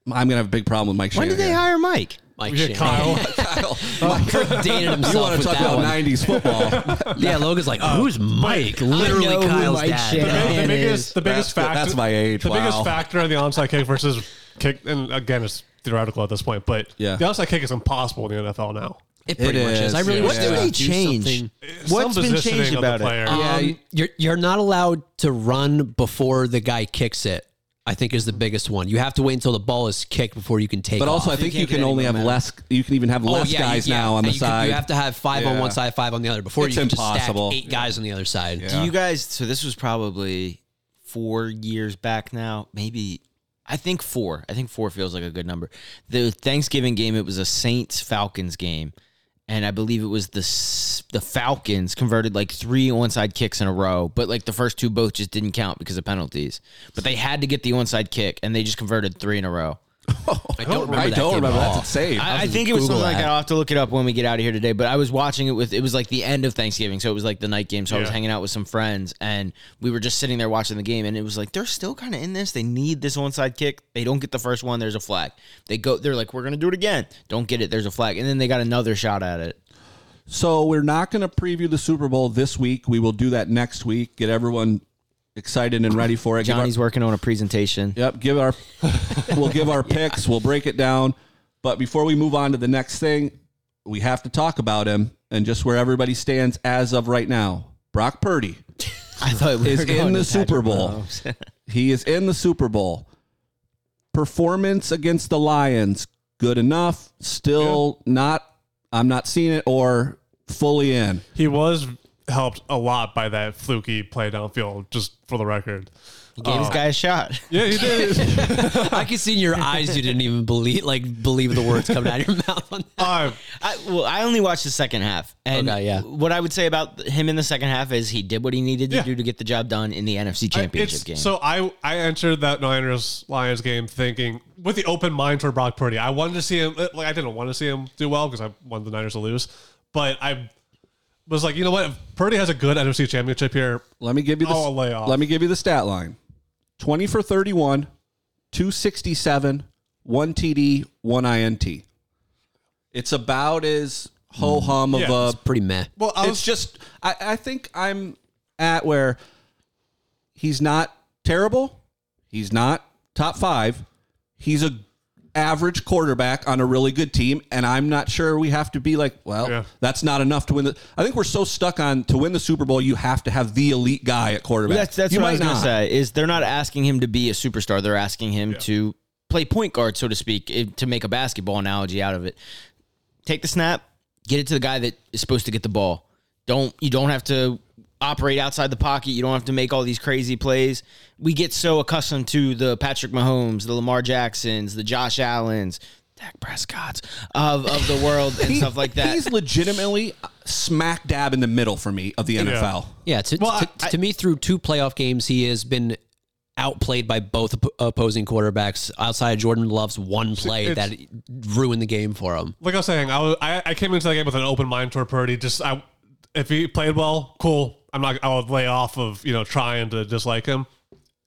I'm gonna have a big problem with Mike When Shannon. did [LAUGHS] they here. hire Mike? Mike Yeah, Shannon. [LAUGHS] Kyle, Kyle, [LAUGHS] Kirk dated himself you want Oh, with to talk that about one. '90s [LAUGHS] football? Yeah, Logan's like, who's Mike? Literally know who Kyle's Mike dad. Shannon the, Man is- biggest, the that's biggest good- factor. that's my age, The biggest wow. factor in the onside kick versus kick, and again, it's theoretical at this point, but Yeah. the onside kick is impossible in the NFL now. It pretty It much is. is, I yeah. really wish What they did would they do change? something. What's Some been positioning changed of the Uh, about it? player. Yeah, Um, you- you're you're not allowed to run before the guy kicks it. I think is the biggest one. You have to wait until the ball is kicked before you can take. But off. also, I think can't you get can only have anyone mad. less. You can even have Oh, less yeah, you- guys yeah. now on the You could- side. you have to have five on one Yeah. side, five on the other before It's you can impossible. just stack eight guys on the other side. Yeah. Do you guys? So this was probably four years back now. Maybe I think four. I think four feels like a good number. The Thanksgiving game. It was a Saints Falcons game, and I believe it was the S- the Falcons converted like three onside kicks in a row. But like the first two both just didn't count because of penalties. But they had to get the onside kick, and they just converted three in a row. I don't remember. I that don't game at remember. That's all. insane. I, I was think it was Google something like that. that. I'll have to look it up when we get out of here today. But I was watching it with it was like the end of Thanksgiving, so it was like the night game. So I was Yeah. hanging out with some friends, and we were just sitting there watching the game, and it was like they're still kind of in this. They need this onside kick. They don't get the first one. There's a flag. They go. They're like, we're gonna do it again. Don't get it. There's a flag, and then they got another shot at it. So we're not going to preview the Super Bowl this week. We will do that next week. Get everyone excited and ready for it. Give our- Johnny's working on a presentation. Yep, give our [LAUGHS] we'll give our picks, we'll break it down. But before we move on to the next thing, we have to talk about him and just where everybody stands as of right now. Brock Purdy. [LAUGHS] I thought we Is [LAUGHS] were in going the to Super Patrick Bowl. Mahomes. [LAUGHS] He is in the Super Bowl. Performance against the Lions, good enough. Still not I'm not seeing it or fully in. He was helped a lot by that fluky play downfield, just for the record. Uh, He gave his guy a shot. Oh. Yeah, he did. [LAUGHS] I could see in your eyes you didn't even believe like believe the words coming out of your [LAUGHS] mouth. On that. uh, [LAUGHS] I, well, I only watched the second half, and Okay, yeah. what I would say about him in the second half is he did what he needed to Yeah. do to get the job done in the NFC I- Championship it's- game. So I I entered that Niners Lions game thinking with the open mind for Brock Purdy. I wanted to see him uh, like I didn't want to see him do well because I wanted the Niners to lose, but I was like, you know what? If Purdy has a good NFC Championship here. Let me give you the Oh, a layoff. Let me give you the stat line. 20 for 31, 267, 1 TD, 1 INT. It's about as ho hum of Yeah. a It's Pretty meh. Well, I it's was just I, I think I'm at where he's not terrible. He's not top five. He's a average quarterback on a really good team, and I'm not sure we have to be like, well, Yeah. that's not enough to win the. I think we're so stuck on to win the Super Bowl, you have to have the elite guy at quarterback. that's that's you what I was might going to not. say is they're not asking him to be a superstar. They're asking him to play point guard, so to speak, eh, to make a basketball analogy out of it. Take the snap, get it to the guy that is supposed to get the ball. Don't you don't have to operate outside the pocket. You don't have to make all these crazy plays. We get so accustomed to the Patrick Mahomes, the Lamar Jacksons, the Josh Allens, Dak Prescott's of of the world [LAUGHS] and He- stuff like that. He's legitimately smack dab in the middle for me of the NFL. Yeah, to, Well, to, I- to me, through two playoff games, he has been outplayed by both op- opposing quarterbacks. Outside of Jordan Love's one [LAUGHS] play It's- that ruined the game for him. like I was saying, I, was, I I came into the game with an open mind toward Purdy. Just I, if he played well, cool. I'm not. I would lay off of you know trying to dislike him.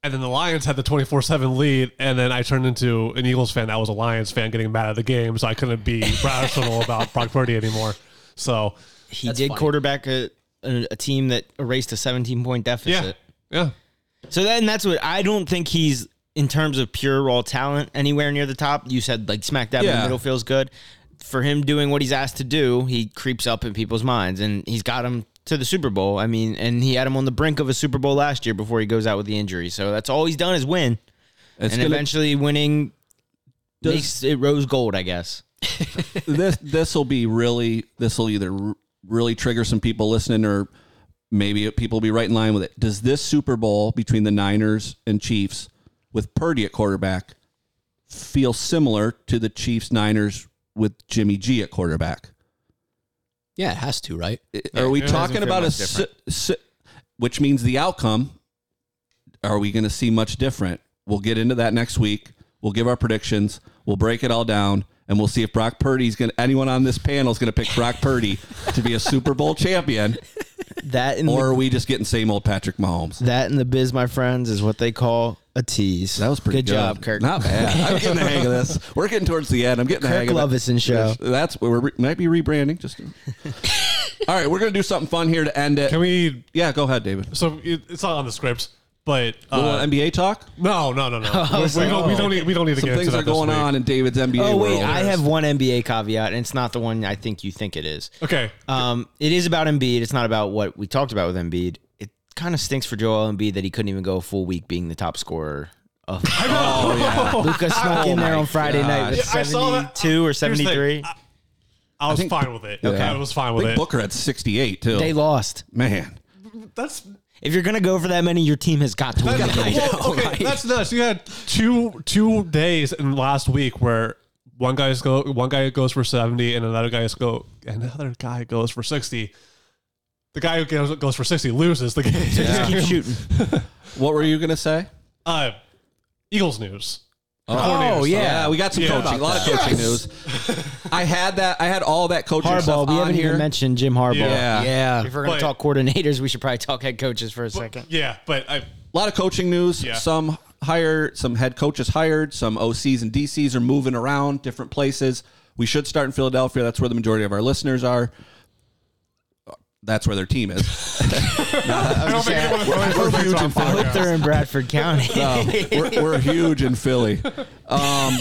And then the Lions had the 24 seven lead, and then I turned into an Eagles fan. I was a Lions fan getting mad at the game, so I couldn't be rational about Brock Purdy anymore. So He did quarterback a, a, a team that erased a 17 point deficit. yeah, yeah. So then that's what I don't think he's in terms of pure raw talent anywhere near the top. You said like smack dab in Yeah. the middle feels good. For him doing what he's asked to do, he creeps up in people's minds and he's got him to the Super Bowl. I mean, and he had him on the brink of a Super Bowl last year before he goes out with the injury. So that's all he's done is win. It's and gonna- eventually winning Does- makes it rose gold, I guess. this this will be really this will either r- really trigger some people listening or maybe people will be right in line with it. Does this Super Bowl between the Niners and Chiefs with Purdy at quarterback feel similar to the Chiefs Niners with Jimmy G at quarterback? Yeah, it has to, right? are we it doesn't talking feel about a much si- si- which means the outcome are we going to see much different we'll get into that next week we'll give our predictions we'll break it all down and we'll see if Brock Purdy's going to anyone on this panel is going to pick Brock Purdy [LAUGHS] to be a Super Bowl champion That and or are we just getting same old Patrick Mahomes that and the biz, my friends, is what they call a tease. that was pretty good. job, Kirk. Not bad. I'm getting the hang of this. We're getting towards the end. I'm getting the Kirk hang of it. Lovison show. That's where we might be rebranding. [LAUGHS] Just all right. We're gonna do something fun here to end it. Can we? yeah, go ahead, David. So it, it's not on the script, but A uh, little NBA talk. no, [LAUGHS] no, no, no. we, was we like, don't, we oh. don't need. We don't need to Some get into things that are going this week. on in David's NBA Oh wait, world. I have one NBA caveat, and it's not the one I think you think it is. Okay, Um, it is about Embiid. It's not about what we talked about with Embiid. It kind of stinks for Joel Embiid that he couldn't even go a full week being the top scorer [LAUGHS] Oh, Oh, yeah. Luca snuck in there on Friday night with gosh. Oh Yeah, I saw that. 72 or Here's the thing. 73. I- I was fine with it. Okay. I was fine I with think it. Booker at 68 too. They lost. Man, That's If you're going to go for that many, your team has got to win. That- well, okay, that's nuts. You had two two days in last week where one guy's go one guy goes for seventy and another guy's go another guy goes for sixty. The guy who goes, goes for sixty loses the game. [LAUGHS] Just keep shooting. what were you gonna say? Uh, Eagles news. Oh, Corners, yeah. though. we got some Yeah. coaching, a lot of coaching news. I had that. I had all that coaching Harbaugh. stuff We on haven't here. even mentioned Jim Harbaugh. yeah. Yeah. If we're going But- to talk coordinators, we should probably talk head coaches for a second. Yeah, but I A lot of coaching news. Yeah. Some hired, some head coaches hired, some OCs and DCs are moving around different places. We should start in Philadelphia. That's where the majority of our listeners are. That's where their team is. I don't think anyone We're- we're huge in I hope Philadelphia. they're in Bradford [LAUGHS] County. Um, we're, we're huge in Philly. [LAUGHS] Um,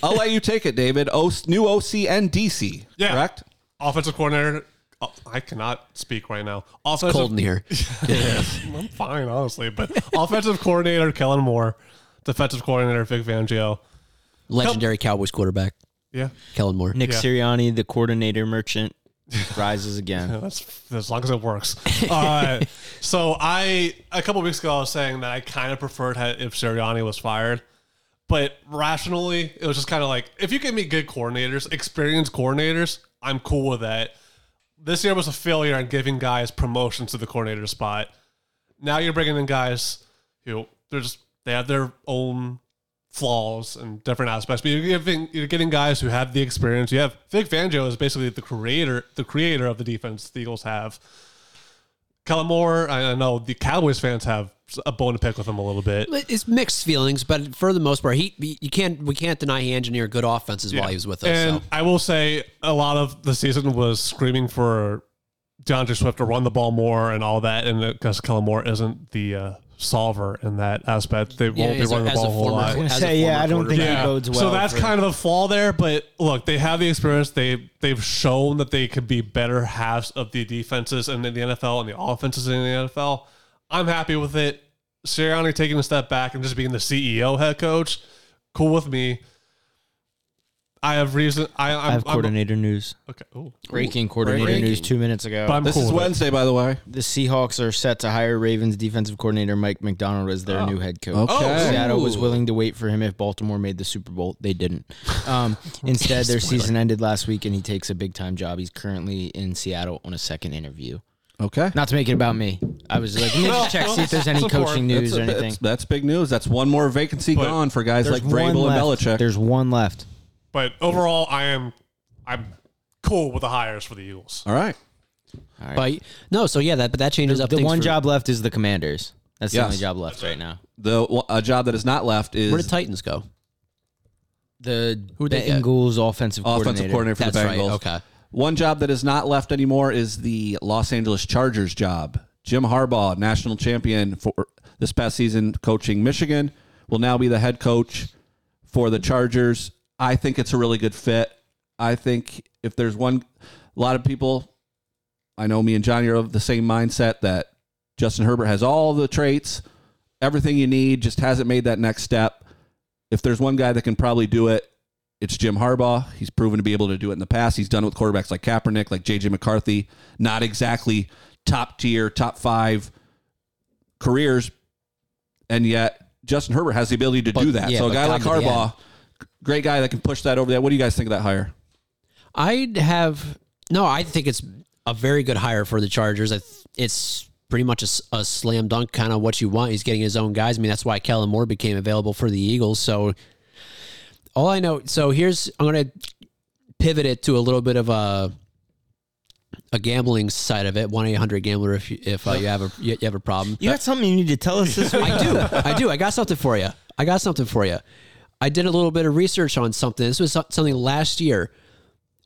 I'll let you take it, David. O, new OC and DC, Yeah. correct? offensive coordinator. oh, I cannot speak right now. Offensive Cold in [LAUGHS] here. I'm fine, honestly. But offensive coordinator Kellen Moore, defensive coordinator Vic Fangio. Legendary Cowboys quarterback, Yeah, Kellen Moore. Nick Yeah. Sirianni, the coordinator merchant, [LAUGHS] rises again. that's as long as it works. Uh, so I a couple weeks ago I was saying that I kind of preferred had, if Sirianni was fired, but rationally it was just kind of like if you give me good coordinators, experienced coordinators, I'm cool with that. This year was a failure on giving guys promotions to the coordinator spot. Now you're bringing in guys who they're just they have their own flaws and different aspects. But you're giving you're getting guys who have the experience. You have Vic Fangio is basically the creator the creator of the defense the Eagles have. Kellen Moore, I I know the Cowboys fans have a bone to pick with him a little bit. It's mixed feelings, but for the most part, he you can't we can't deny he engineered good offenses while he was with us. And so. I will say a lot of the season was screaming for DeAndre Swift to run the ball more and all that, and because Kellen Moore isn't the uh, solver in that aspect, they won't be as a- running the as a ball a whole former- lot. as a say, yeah, former I don't think quarterback. he bodes well So that's for- kind of a flaw there. But look, they have the experience. They they've shown that they could be better halves of the defenses and in the NFL and the offenses in the NFL. I'm happy with it. Sirianni taking a step back and just being the CEO head coach, cool with me. I have reason. I, I'm, I have I'm- coordinator news. okay. Ooh. Breaking coordinator breaking. news two minutes ago. But I'm This cool. is with it. Wednesday, by the way. the Seahawks are set to hire Ravens defensive coordinator Mike McDonald as their new head coach. Okay. Seattle was Ooh. willing to wait for him if Baltimore made the Super Bowl. They didn't. Um, instead, their season ended last week, and he takes a big time job. He's currently in Seattle on a second interview. Okay. Not to make it about me. I was like, let me just check see if there's any Support. coaching news or anything. That's, that's big news. That's one more vacancy gone for guys like Vrabel and left. Belichick. There's one left. But overall, I am I'm cool with the hires for the Eagles. All right. But no, so yeah, that but that changes up The things one for- job left is the Commanders. That's Yes. the only job left right now. The a job that is not left is Where did Titans go? The Who'd they get? Bengals offensive offensive coordinator for the That's right, Bengals. okay. One job that is not left anymore is the Los Angeles Chargers job. Jim Harbaugh, national champion for this past season coaching Michigan, will now be the head coach for the Chargers. I think it's a really good fit. I think if there's one a lot of people I know me and Johnny are of the same mindset that Justin Herbert has all the traits, everything you need, just hasn't made that next step. If there's one guy that can probably do it, it's Jim Harbaugh. He's proven to be able to do it in the past. He's done it with quarterbacks like Kaepernick, like JJ McCarthy. Not exactly top tier, top five careers, and yet Justin Herbert has the ability to do that. yeah, so a but guy gone like to the Harbaugh, great guy that can push that over there. What do you guys think of that hire? I'd have no. I think it's a very good hire for the Chargers. I th- It's pretty much a, s- a slam dunk, kind of what you want. He's getting his own guys. I mean, that's why Kellen Moore became available for the Eagles. So all I know. So here's I'm gonna pivot it to a little bit of a a gambling side of it. One eight hundred gambler. If you, if uh, you have a you have a problem, You got something you need to tell us [LAUGHS] this week? I do. I do. I got something for you. I got something for you. I did a little bit of research on something. This was so- something last year.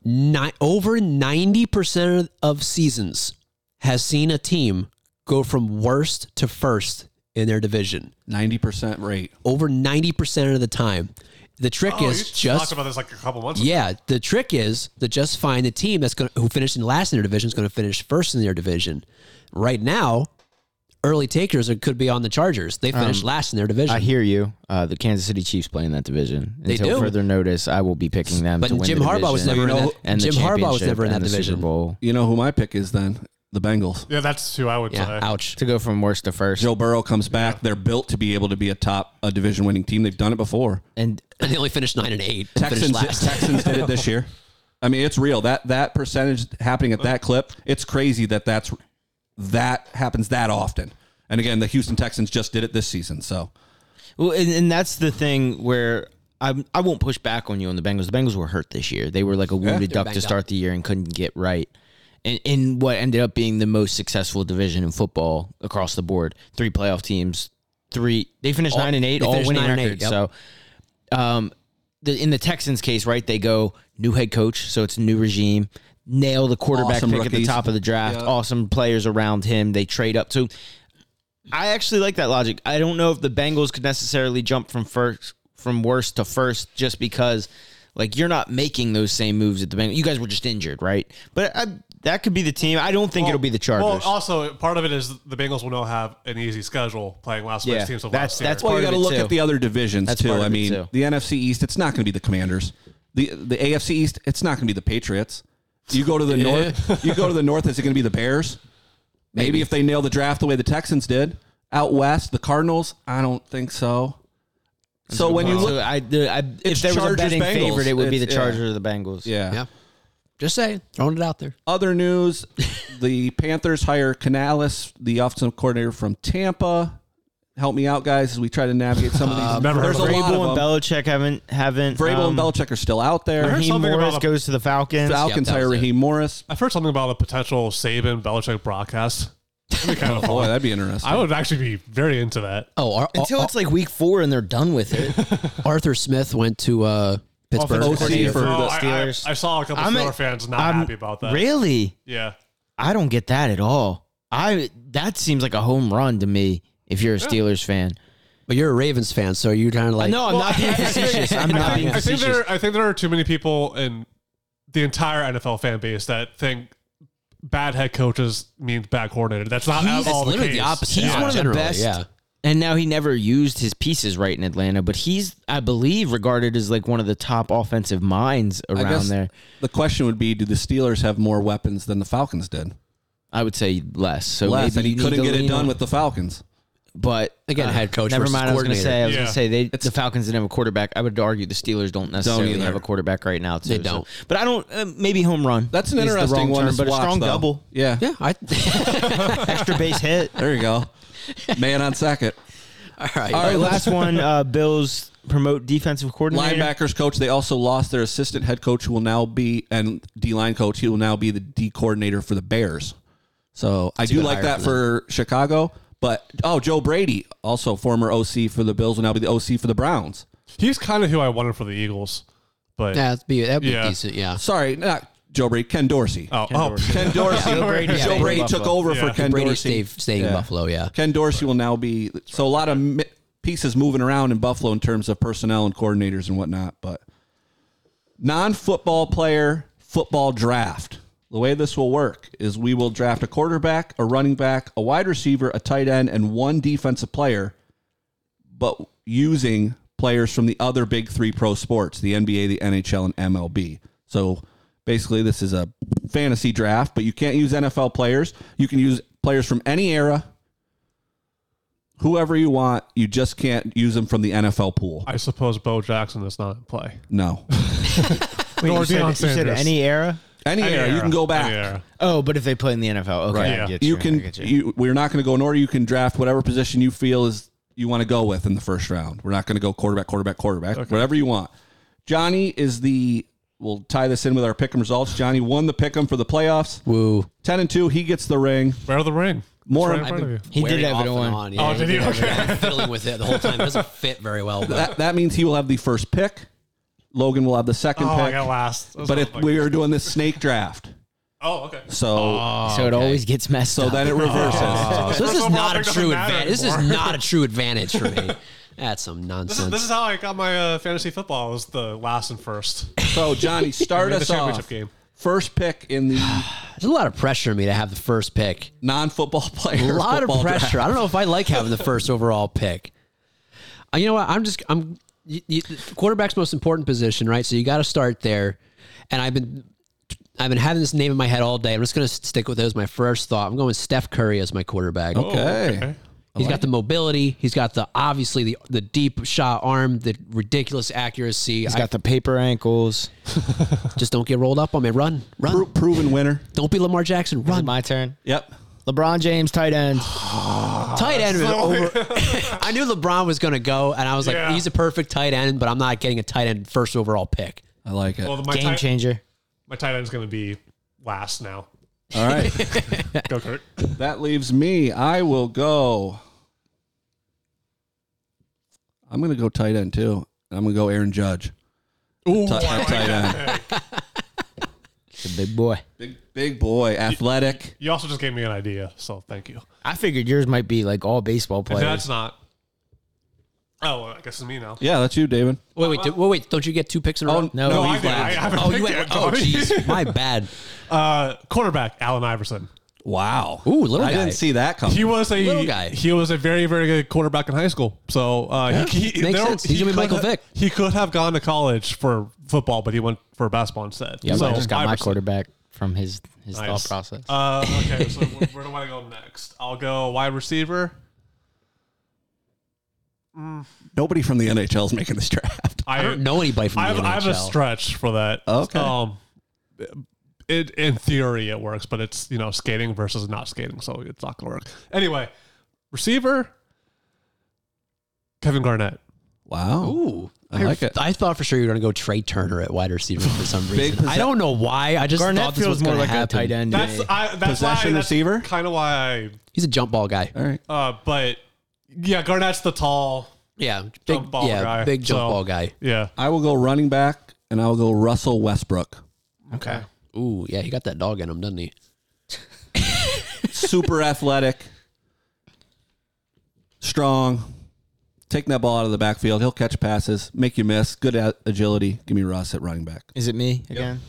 Ni- over 90% of seasons has seen a team go from worst to first in their division. Ninety percent rate. Over 90% of the time. The trick Oh, you is just talked about this like a couple months ago. yeah, the trick is to just find the team that's going to who finished in last in their division is going to finish first in their division. Right now, early takers that could be on the Chargers. They finished last in their division. I hear you. Uh, the Kansas City Chiefs play in that division. They Until do. further notice, I will be picking them. But to win Jim the Harbaugh was division never in know- that. and the Jim Harbaugh was championship never in that and the division. Super Bowl You know who my pick is then? The Bengals. Yeah, that's who I would Yeah. play. Ouch. to go from worst to first. Joe Burrow comes back. They're built to be able to be a top a division winning team. They've done it before. And And [LAUGHS] they only finished nine and eight. and Texans Finished did, last. Texans did it this year. [LAUGHS] I mean, it's real. That that percentage happening at that clip, it's crazy that that's that happens that often. And again, the Houston Texans just did it this season. So Well, and, and that's the thing where I I won't push back on you on the Bengals. The Bengals were hurt this year. They were like a wounded duck to banged start the year and couldn't get right. And in what ended up being the most successful division in football across the board, three playoff teams, three they finished All- nine and eight, they all finished winning nine and eight, records. yep. So, um, the, in the Texans' case, right, they go new head coach, so it's new regime. Nail the quarterback Awesome pick at the rookies. top of the draft. Awesome players around him. They trade up. So I actually like that logic. I don't know if the Bengals could necessarily jump from first from worst to first just because like you're not making those same moves at the Bengals. You guys were just injured, right? But I, that could be the team. I don't think it'll be the Chargers. Well, also part of it is the Bengals will now have an easy schedule playing last Yeah, place teams of that's- last year. that's well, part you of got to it, look too. at the other divisions too. part of I it, mean, too. the NFC East, it's not going to be the Commanders. the The AFC East, it's not going to be the Patriots. You go to [LAUGHS] the north. You go to the north. Is it going to be the Bears? Maybe, if they nail the draft the way the Texans did. Out west, the Cardinals. I don't think so. So when you So look, I, the, I, if It's there was a Chargers, betting Bengals. favorite, it would be the It's- yeah. Chargers or the Bengals. yeah. [LAUGHS] Yeah. Just saying, throwing it out there. Other [LAUGHS] news: the Panthers hire Canales, the offensive coordinator from Tampa. Help me out, guys, as we try to navigate some of these. Um, never heard There's of a them. lot Vrabel of and them. Belichick haven't haven't. Vrabel and um, Belichick are still out there. heard Raheem something about Morris a- goes to the Falcons. Falcons that hire was it. Raheem Morris. I've heard something about a potential Saban Belichick broadcast. That'd [LAUGHS] be kind of Boy, fun. that'd be interesting. I would actually be very into that. Oh, Ar- Ar- Until it's like week four and they're done with [LAUGHS] it. Arthur Smith went to uh, Pittsburgh. Offensive OC coordinator. for No, the Oh, I- I- Steelers. I, saw a couple I'm a- Steelers fans not I'm- happy about that. Really? Yeah. I don't get that at all. I that seems like a home run to me. If you're a Steelers fan, But you're a Ravens fan, so you're kind of like, no, I'm [LAUGHS] not being facetious. I'm not being I think facetious. there I think there are too many people in the entire NFL fan base that think bad head coaches means bad coordinator. That's not He's- at all that's the literally case. the opposite. He's Yeah, one of the generally, best. yeah. And now he never used his pieces right in Atlanta, but he's, I believe, regarded as like one of the top offensive minds I guess around there. The question would be: Do the Steelers have more weapons than the Falcons did? I would say less. So Less, maybe and he you need couldn't to get it lean done on- with the Falcons. But uh, Again, head coach Never versus mind. I was going coordinator. to say. I was Yeah. going to say they the Falcons didn't have a quarterback. I would argue the Steelers don't necessarily either. have a quarterback right now. Too, They so- don't. But I don't. Uh, maybe home run. That's an is the interesting wrong one, term, to but a watch, strong though. [LAUGHS] double, Yeah. yeah, I, extra base hit. There you [LAUGHS] go. Man on second. all right. All right, let's- last one. Uh, Bills promote defensive coordinator. Linebackers coach. They also lost their assistant head coach, who will now be and D line coach, who will now be the D coordinator for the Bears. So I do good like hire that for, for Chicago. But oh, Joe Brady, also former OC for the Bills, will now be the OC for the Browns. He's kind of who I wanted for the Eagles. But Yeah, that'd be, that'd be Yeah. decent. Yeah. Sorry, not Joe Brady. Ken Dorsey. oh, oh, Ken Dorsey. Joe Brady Joe stayed in Brady Buffalo. took over Yeah. for Ken Brady Dorsey. stayed, staying in Buffalo. Yeah. Ken Dorsey will now be so a lot of mi- pieces moving around in Buffalo in terms of personnel and coordinators and whatnot. But non-football player football draft. The way this will work is we will draft a quarterback, a running back, a wide receiver, a tight end, and one defensive player, but using players from the other big three pro sports: the NBA, the NHL, and MLB. So basically, this is a fantasy draft, but you can't use NFL players. You can use players from any era, whoever you want. You just can't use them from the NFL pool. I suppose Bo Jackson is not in play. [LAUGHS] No, Wait, Or you, said, Deion you said Sanders. any era. any, Any era, you era. can go back. Any era. Oh, but if they play in the NFL, okay, Right. I Yeah. get you you. I can get you. we're not going to go in order you can draft whatever position you feel is you want to go with in the first round we're not going to go quarterback quarterback quarterback whatever you want johnny is the we'll tie this in with our pick'em results johnny won the pick'em for the playoffs Woo. 10 and 2 he gets the ring Where the ring? More- It's right in front of you. He did Wearing have it off and on. Yeah, Oh, did he? have it on. I'm fiddling with it the whole time. It doesn't fit very well. But that, that means he will have the first pick logan will have the second Oh, I pick got last. That's but not if like- we are doing this snake draft oh, okay. so so it always gets messed so up. then it reverses so this First is overall not a pick doesn't true matter advantage. This is anymore. not a true advantage for [LAUGHS] me. That's some This is, nonsense. this is how I got my uh, fantasy football. Was the last and first. so johnny start Win the us championship off game. First pick in the There's a lot of pressure on me to have the first pick. non-football player. A lot of football pressure. draft. I don't know if I like having the first overall pick. Uh, You know what? I'm just I'm you, you, quarterback's most important position, right? So you got to start there. And I've been I've been having this name in my head all day. I'm just going to stick with it as my first thought. I'm going Steph Curry as my quarterback. Oh, Okay. He's got the mobility. He's got the obviously the the deep shot arm, the ridiculous accuracy. He's I got the paper ankles. just don't get rolled up on me. Run, run. Pro- proven winner. Don't be Lamar Jackson. Is it Run. my turn? Yep. LeBron James, [SIGHS] tight end. tight end. Oh, was Oh, over. I knew LeBron was going to go, and I was like, Yeah. he's a perfect tight end, but I'm not getting a tight end first overall pick. I like it. Well, All my Game tight, changer. my tight end's going to be last now. [LAUGHS] right. Go Kurt. That leaves me. I will go. I'm going to go tight end too. And I'm going to go Aaron Judge. Ooh, Tight, at [LAUGHS] tight [LAUGHS] end. It's a big boy. Big, big boy, athletic. you also just gave me an idea, so thank you. I figured yours might be like all baseball players. That's not. Oh, well, I guess it's me now. Yeah, that's you, David. Wait, wait, do, wait, wait. Don't you get two picks in a row? Oh, No, No, he's I, did. last. I haven't Oh, picked you went. yet, Oh, Johnny. [LAUGHS] jeez. My bad. Uh, quarterback Allen Iverson. Wow. Ooh, little I guy. didn't see that coming. He was a Little guy. He was a very very good quarterback in high school. So uh, he, he makes there- sense. He's he gonna be could Michael have- Vick. He could have gone to college for football, but he went for basketball instead. Yeah, so I just got my Iverson. quarterback from his his Nice. thought process. Uh, okay, so where, where do I go next? I'll go wide receiver. Nobody from the NHL is making this draft. [LAUGHS] I, I don't know anybody from I have, the NHL. I have a stretch for that. Okay. Um, it in theory it works, but it's you know skating versus not skating, so it's not gonna work. Anyway, receiver Kevin Garnett. Wow. Ooh. I like it. I thought for sure you were going to go Trey Turner at wide receiver for some reason. possess- I don't know why. I just Garnett thought this was feels more gonna like happen. a tight end. to That's me. I that's Possession why, receiver? Kind of why He's a jump ball guy. All right. I. Uh, but yeah, Garnett's the tall. Yeah, big Jump ball yeah, guy. big jump So- ball guy. Yeah. I will go running back and I will go Russell Westbrook. Okay. Ooh, yeah, he got that dog in him, doesn't he? Super athletic. Strong. Taking that ball out of the backfield. He'll catch passes, make you miss. Good at agility. Give me Russ at running back. Is it me again?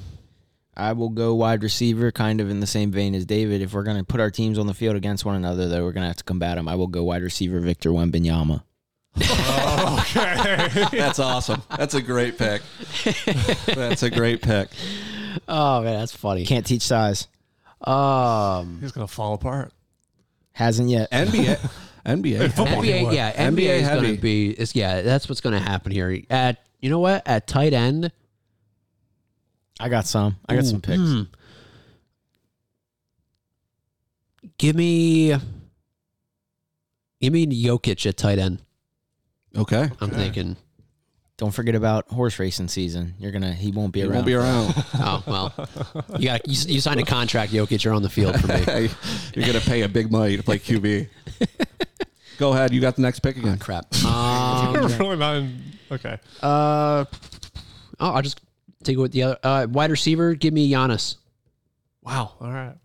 I will go wide receiver, kind of in the same vein as David. If we're going to put our teams on the field against one another, though, we're going to have to combat them. I will go wide receiver Victor Wembanyama. That's awesome. That's a great pick. That's a great pick. Oh man, that's funny. Can't teach size. Um, He's gonna fall apart. Hasn't yet. NBA. NBA. Football, he NBA, would. yeah, NBA, NBA is heavy. going to be. Is, yeah, that's what's going to happen here. At you know what? At tight end, I got some. I got some picks. hmm. give me, give me Jokic at tight end. Okay. I'm thinking. Don't forget about horse racing season. You're gonna. He won't be He around. won't be around. Oh well, you got you, you signed a contract, Jokic. You're on the field [LAUGHS] for me. Hey, You're going to pay a big money to play QB. Go ahead. You got the next pick again. Crap. [LAUGHS] Um, We're really not in, okay. Uh, oh, I'll just take it with the other uh, wide receiver. Give me Giannis. Wow. All right.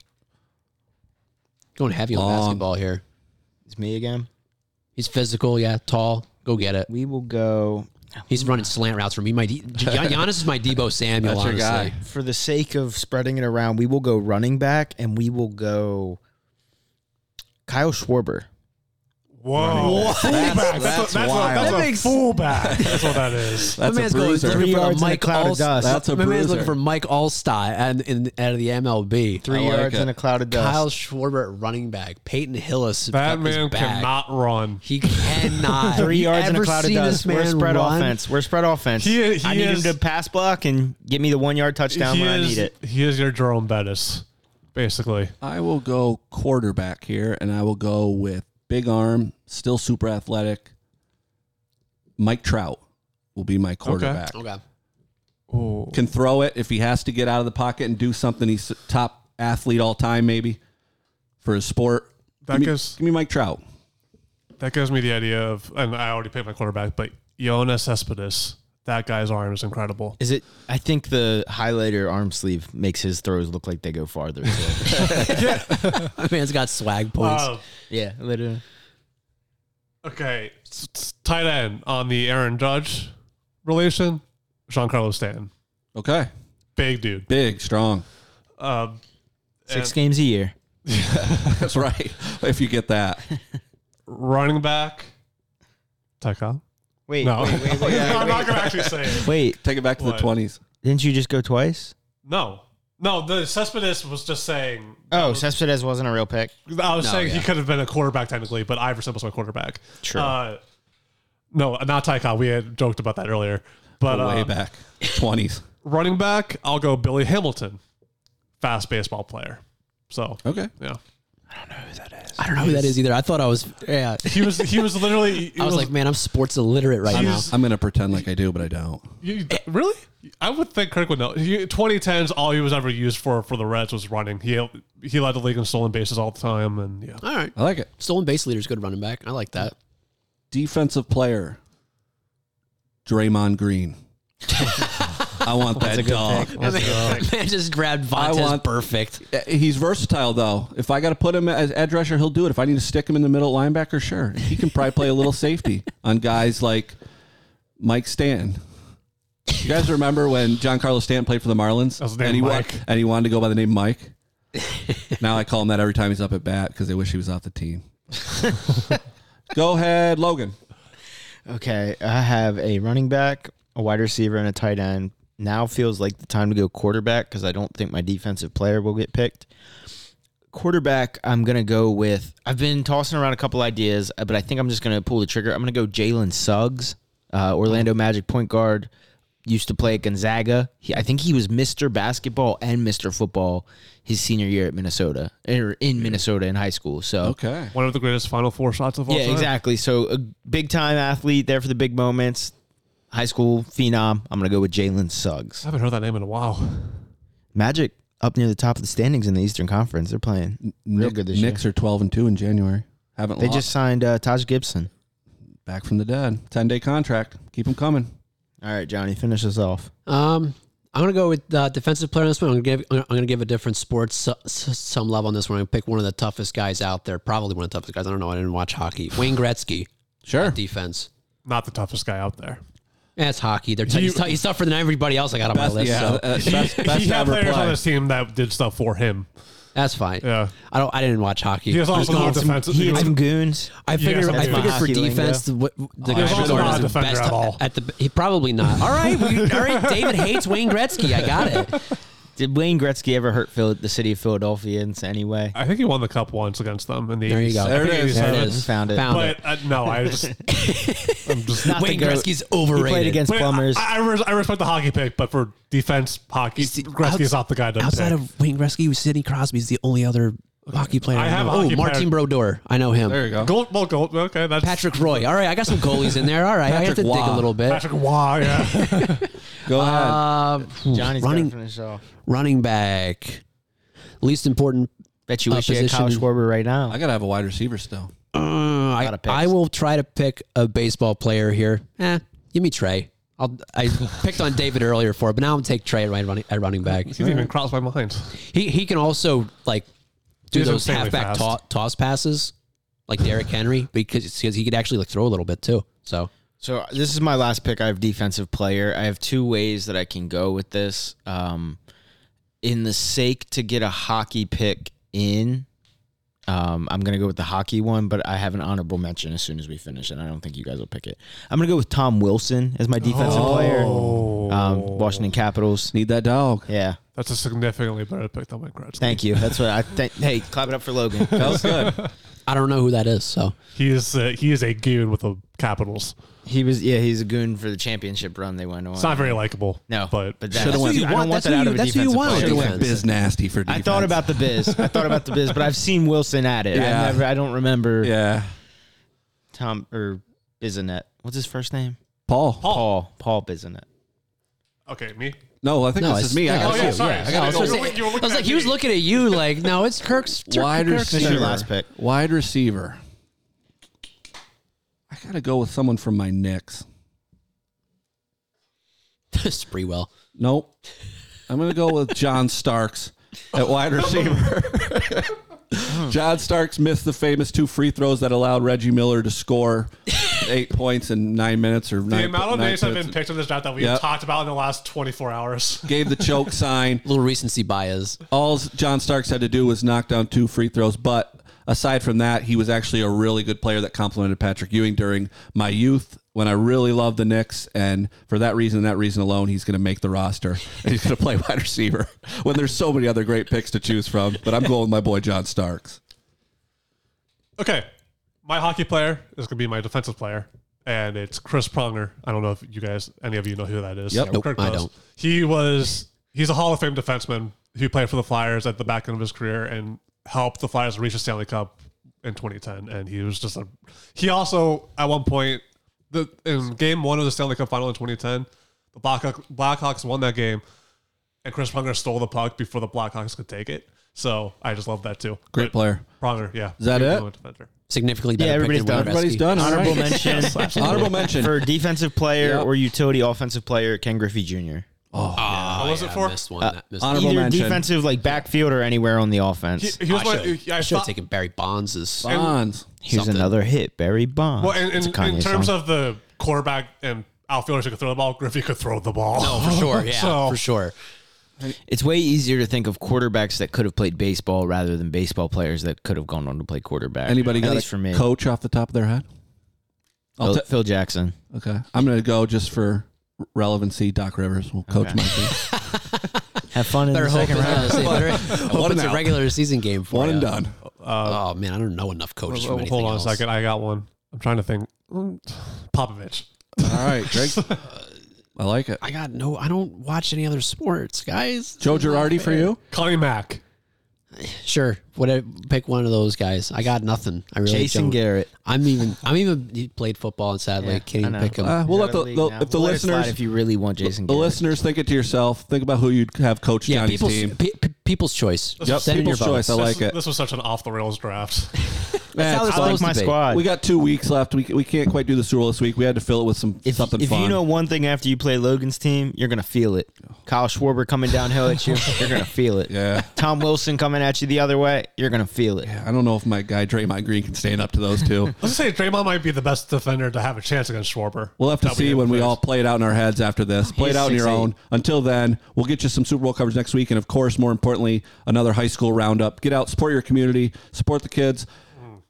Going heavy on Long. basketball here. It's me again. He's physical, yeah, tall. Go get it. We will go He's running slant routes for me. My D- [LAUGHS] Gian- Giannis is my Debo Samuel. That's your honestly. guy. for the sake of spreading it around. We will go running back, and we will go Kyle Schwarber. Whoa. Fullback. That's, [LAUGHS] That's, that's a, that's, a, wild. that's That a makes- fullback. That's what [LAUGHS] that is. My That's man's a going- bruiser. Three looking for yards in a Mike cloud of Alls- dust. That's a My man's bruiser. looking for Mike Allstott and in, out of the MLB. [LAUGHS] Three like yards it. in a cloud of dust. Kyle Schwarber at running back. Peyton Hillis. That up his man back. cannot run. He [LAUGHS] cannot. Three You yards in a ever cloud of seen dust. this man We're spread run? offense. We're spread offense. He- he I need is- him to pass block and get me the one yard touchdown he when is, I need it. He is your Jerome Bettis, basically. I will go quarterback here, and I will go with big arm, still super athletic. Mike Trout will be my quarterback. Okay. Ooh. Can throw it if he has to get out of the pocket and do something. He's top athlete all time, maybe for his sport. That give, me, gives give me Mike Trout. that gives me the idea of, and I already picked my quarterback, but Jonas Cespedes. That guy's arm is incredible. Is it? I think the highlighter arm sleeve makes his throws look like they go [LAUGHS] farther. so- My man's got swag points. Uh, yeah, literally. okay, s- s- tight end on the Aaron Judge relation, Sean Carlos Stanton. Okay. big dude. Big, strong. [LAUGHS] Um, Six games a year. [LAUGHS] That's right. If you get that. running back, Ty Cobb. Wait, No, wait, wait, wait, No, [LAUGHS] I'm wait, not gonna actually say it. wait. Take it back to What? the 20s. Didn't you just go twice? No, no. The Cespedes was just saying. Oh, Cespedes wasn't a real pick. I was No, saying he yeah. could have been a quarterback technically, but Iverson was my quarterback. True. Uh, no, not Ty Cobb. We had joked about that earlier. But Way uh, back. [LAUGHS] 20s. running back, I'll go Billy Hamilton, fast baseball player. So Oh. Okay. yeah, I don't know who that is either. I thought I was. Yeah, he was he was [LAUGHS] literally. he I was like, man, I'm sports illiterate right now. He's- I'm going to pretend like I do, but I don't. You, "Eh." really? I would think Kirk would know. He, 2010s, all he was ever used for for the Reds was running. He he led the league in stolen bases all the time, and yeah, All right, I like it. stolen base leader is good running back. I like that. Defensive player, Draymond Green. I want that dog. [LAUGHS] man just grabbed I Vontez. want perfect. Uh, He's versatile though. If I got to put him as edge rusher, he'll do it. If I need to stick him in the middle linebacker, sure. He can probably play a [LAUGHS] little safety on guys like Mike Stanton. You guys remember when John Carlos Stanton played for the Marlins? was his name, and he wa- Mike. and he wanted to go by the name [LAUGHS] Mike. now I call him that every time he's up at bat because they wish he was off the team. [LAUGHS] go ahead, Logan. Okay, I have a running back, a wide receiver, and a tight end. Now feels like the time to go quarterback because I don't think my defensive player will get picked. Quarterback, I'm gonna go with. I've been tossing around a couple ideas, uh, but I think I'm just gonna pull the trigger. I'm gonna go Jalen Suggs, uh, Orlando Magic point guard. Used to play at Gonzaga. He, I think he was Mr. Basketball and Mr. Football his senior year at Minnesota or in Minnesota in high school. So Okay. one of the greatest Final Four shots of all yeah, time. exactly. So a big time athlete there for the big moments. High school phenom. I'm gonna go with Jalen I Suggs. haven't heard that name in a while. Magic up near the top of the standings in the Eastern Conference. They're playing real Nick- good this year. Knicks are twelve and two in January. Haven't They lost. just signed uh, Taj Gibson. back from the dead. Ten day contract. Keep him coming. All right, Johnny, finish us off. Um, I'm gonna go with uh, defensive player on this one. I'm gonna give I'm gonna give a different sport so, so- some love on this one. I'm gonna pick one of the toughest guys out there. Probably one of the toughest guys. I don't know. I didn't watch hockey. Wayne Gretzky, [LAUGHS] Sure. defense. Not the toughest guy [LAUGHS] out there. Yeah, it's hockey. They're t- You- he's, tou- he's tougher than everybody else I got on my Best- list. yeah, so uh, [LAUGHS] best, best he had ever players on play. his team that did stuff for him. that's fine. Yeah, I don't. I didn't watch hockey. he was I'm just also not going a with- defensive. He He and was- some goons. I figure. that's I my figure for hockey lingo. defense, the, what- the guy He's also scored not is a the defender best at all. At the he probably [LAUGHS] not. All right, we, all right. David hates Wayne Gretzky. I got it. Did Wayne Gretzky ever hurt Phil- the city of Philadelphia in any way? I think he won the cup once against them in the. There you 80s. go. I There it think is. There it 87. is. Found it. But uh, [LAUGHS] no, I just Not the Wayne goat. Gretzky's He overrated. played against Wait, plumbers. I, I, res- I respect the hockey pick, but for defense hockey, You see, Gretzky's not the guy to Outside pick. of Wayne Gretzky, Sidney Crosby is the only other hockey player. I I, have know. a hockey oh, Martin Brodeur. I know him. There you go. Gold, well, gold. Okay, that's Patrick Roy. All right, I got some goalies in there. All right, I have Patrick to dig Waugh. a little bit. [LAUGHS] Patrick Waugh. Yeah, Go ahead. Uh, Johnny's running gotta finish off. running back, least important. Bet you Uh, wish you had Kyle position- Schwarber right I now. gotta have a wide receiver still. Uh, I, of picks. I will try to pick a baseball player here. Eh, give me Trey. I'll, I picked on David earlier for it, but now I'm take Trey at running at running back. he didn't even cross my mind. He he can also like do He's those insanely halfback fast. to- toss passes like Derrick Henry because because he could actually like throw a little bit too. So So this is my last pick. I have defensive player. I have two ways that I can go with this. Um, in the sake to get a hockey pick in, um, I'm gonna go with the hockey one, but I have an honorable mention as soon as we finish, and I don't think you guys will pick it. I'm gonna go with Tom Wilson as my defensive player. Oh. Um, Washington Capitals. Need that dog. Yeah, [LAUGHS] That's a significantly better pick than Mike Gretzky. thank you. That's what I think. Hey, clap it up for Logan. [LAUGHS] That was good. I don't know who that is. So He is uh, he is a goon with the Capitals. He was yeah, he's a goon for the championship run they went on. It's not very likable. no, but but Should've that's, went- I don't want That's that who out you- of a that's who you defensive want. player. Should have went Defense. biz nasty for defense. I thought about the biz. I thought about the biz, but I've seen Wilson at it. Yeah. I never. I don't remember Yeah, Tom or Bizanet. What's his first name? Paul. Paul. Paul Bizanet. okay, me. No, I think No, this it's- is me. I yeah, got it's you. you. sorry. I sorry. gotta I was, go. gonna You were- say- you were I was looking like, at he was me. looking at you like, no, it's Kirk's. Turk- Wide Kirk's. receiver. [LAUGHS] Your last pick. Wide receiver. I gotta go with someone from my Knicks. Spreewell. Nope. I'm gonna go with John Starks at wide receiver. [LAUGHS] John Starks missed the famous two free throws that allowed Reggie Miller to score eight points in nine minutes or The nine, amount of nine names I've been minutes. picked in this draft that we've Yep. talked about in the last 24 hours. [LAUGHS] Gave the choke sign. little recency bias. All John Starks had to do was knock down two free throws, but aside from that, he was actually a really good player that complemented Patrick Ewing during my youth when I really loved the Knicks. And for that reason, that reason alone, he's going to make the roster and he's going to play [LAUGHS] wide receiver when there's so many other great picks to choose from. But I'm going with my boy John Starks. Okay. My hockey player is going to be my defensive player, and it's Chris Pronger. I don't know if you guys, any of you know who that is. Yep. Nope, Kirk I knows. don't. He was, he's a Hall of Fame defenseman who played for the Flyers at the back end of his career and helped the Flyers reach the Stanley Cup in 2010. And he was just a, he also, at one point, the in game one of the Stanley Cup final in 2010, the Blackhawks, Blackhawks won that game, and Chris Pronger stole the puck before the Blackhawks could take it. So I just love that too. Great player. Pronger, yeah. Is that it? Defender. Significantly better. Yeah, pick everybody's than done. Wayne Gretzky. Everybody's done. All right. Honorable mention. Honorable mention. For defensive player Yep. or utility offensive player, Ken Griffey Jr. Oh, What was it yeah, for? Missed one. Uh, that- missed honorable one. Either mention. defensive, like backfield, or anywhere on the offense. He- he was I my- should I have thought- taken Barry Bonds' Bonds. Here's something. another hit, Barry Bonds. Well, in, in, It's a Kanye in terms song. of the quarterback and outfielders who could throw the ball, Griffey could throw the ball. Oh, [LAUGHS] for sure. Yeah, So- for sure. It's way easier to think of quarterbacks that could have played baseball rather than baseball players that could have gone on to play quarterback. Anybody At got least a for me. coach off the top of their head? I'll Phil, ta- Phil Jackson. okay. I'm going to go just for relevancy. Doc Rivers will coach my team. Have fun in the second [LAUGHS] round. it's, hope it's a out. regular season game for One ya. and done. oh man, I don't know enough coaches. Oh, from anything hold on else. a second. I got one. I'm trying to think. Mm, Popovich. All right, [LAUGHS] Drake. I like it. I got no. I don't watch any other sports, guys. Joe Girardi for you. Connie Mack. [LAUGHS] Sure, whatever. Pick one of those guys. I got nothing. I really Jason don't. Garrett. I'm even. I'm even. He played football, and sadly, Yeah, can't I even know. pick him. Uh, we'll let the, the Now, if the we'll let it slide listeners if you really want Jason the Garrett. listeners think it to yourself. Think about who you'd have coach yeah, Johnny's people's team. pe- pe- people's choice. Yep, Send in your people's choice. votes. I like uh, this, it. This was such an off the rails draft. [LAUGHS] Man, That's how it's it's fun. like my to be. squad. we got two weeks left. We, we can't quite do the Super Bowl this week. We had to fill it with some if, something if fun. you know one thing after you play Logan's team, you're gonna feel it. Kyle Schwarber coming downhill at you, you're gonna feel [LAUGHS] it. Yeah. Tom Wilson coming at you the other way, you're gonna feel it. I don't know if my guy Draymond Green can stand up to those [LAUGHS] two. Let's say Draymond might be the best defender to have a chance against Schwarber. We'll have to That'd be see it. when we all play it out in our heads after this. Play it He's out on your 6'8". own. Until then, we'll get you some Super Bowl coverage next week. And of course, more importantly, another high school roundup. Get out, support your community, support the kids,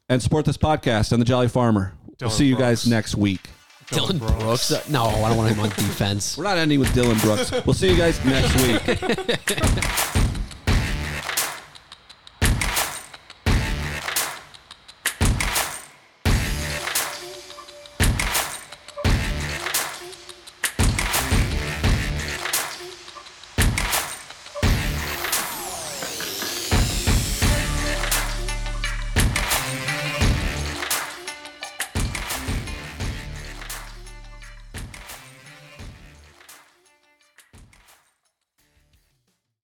and support this podcast and the Jolly Farmer. we'll Dylan see you guys Brooks. next week. Dylan Brooks. Uh, [LAUGHS] No, I don't want him on defense. We're not ending with Dylan Brooks. We'll see you guys next week.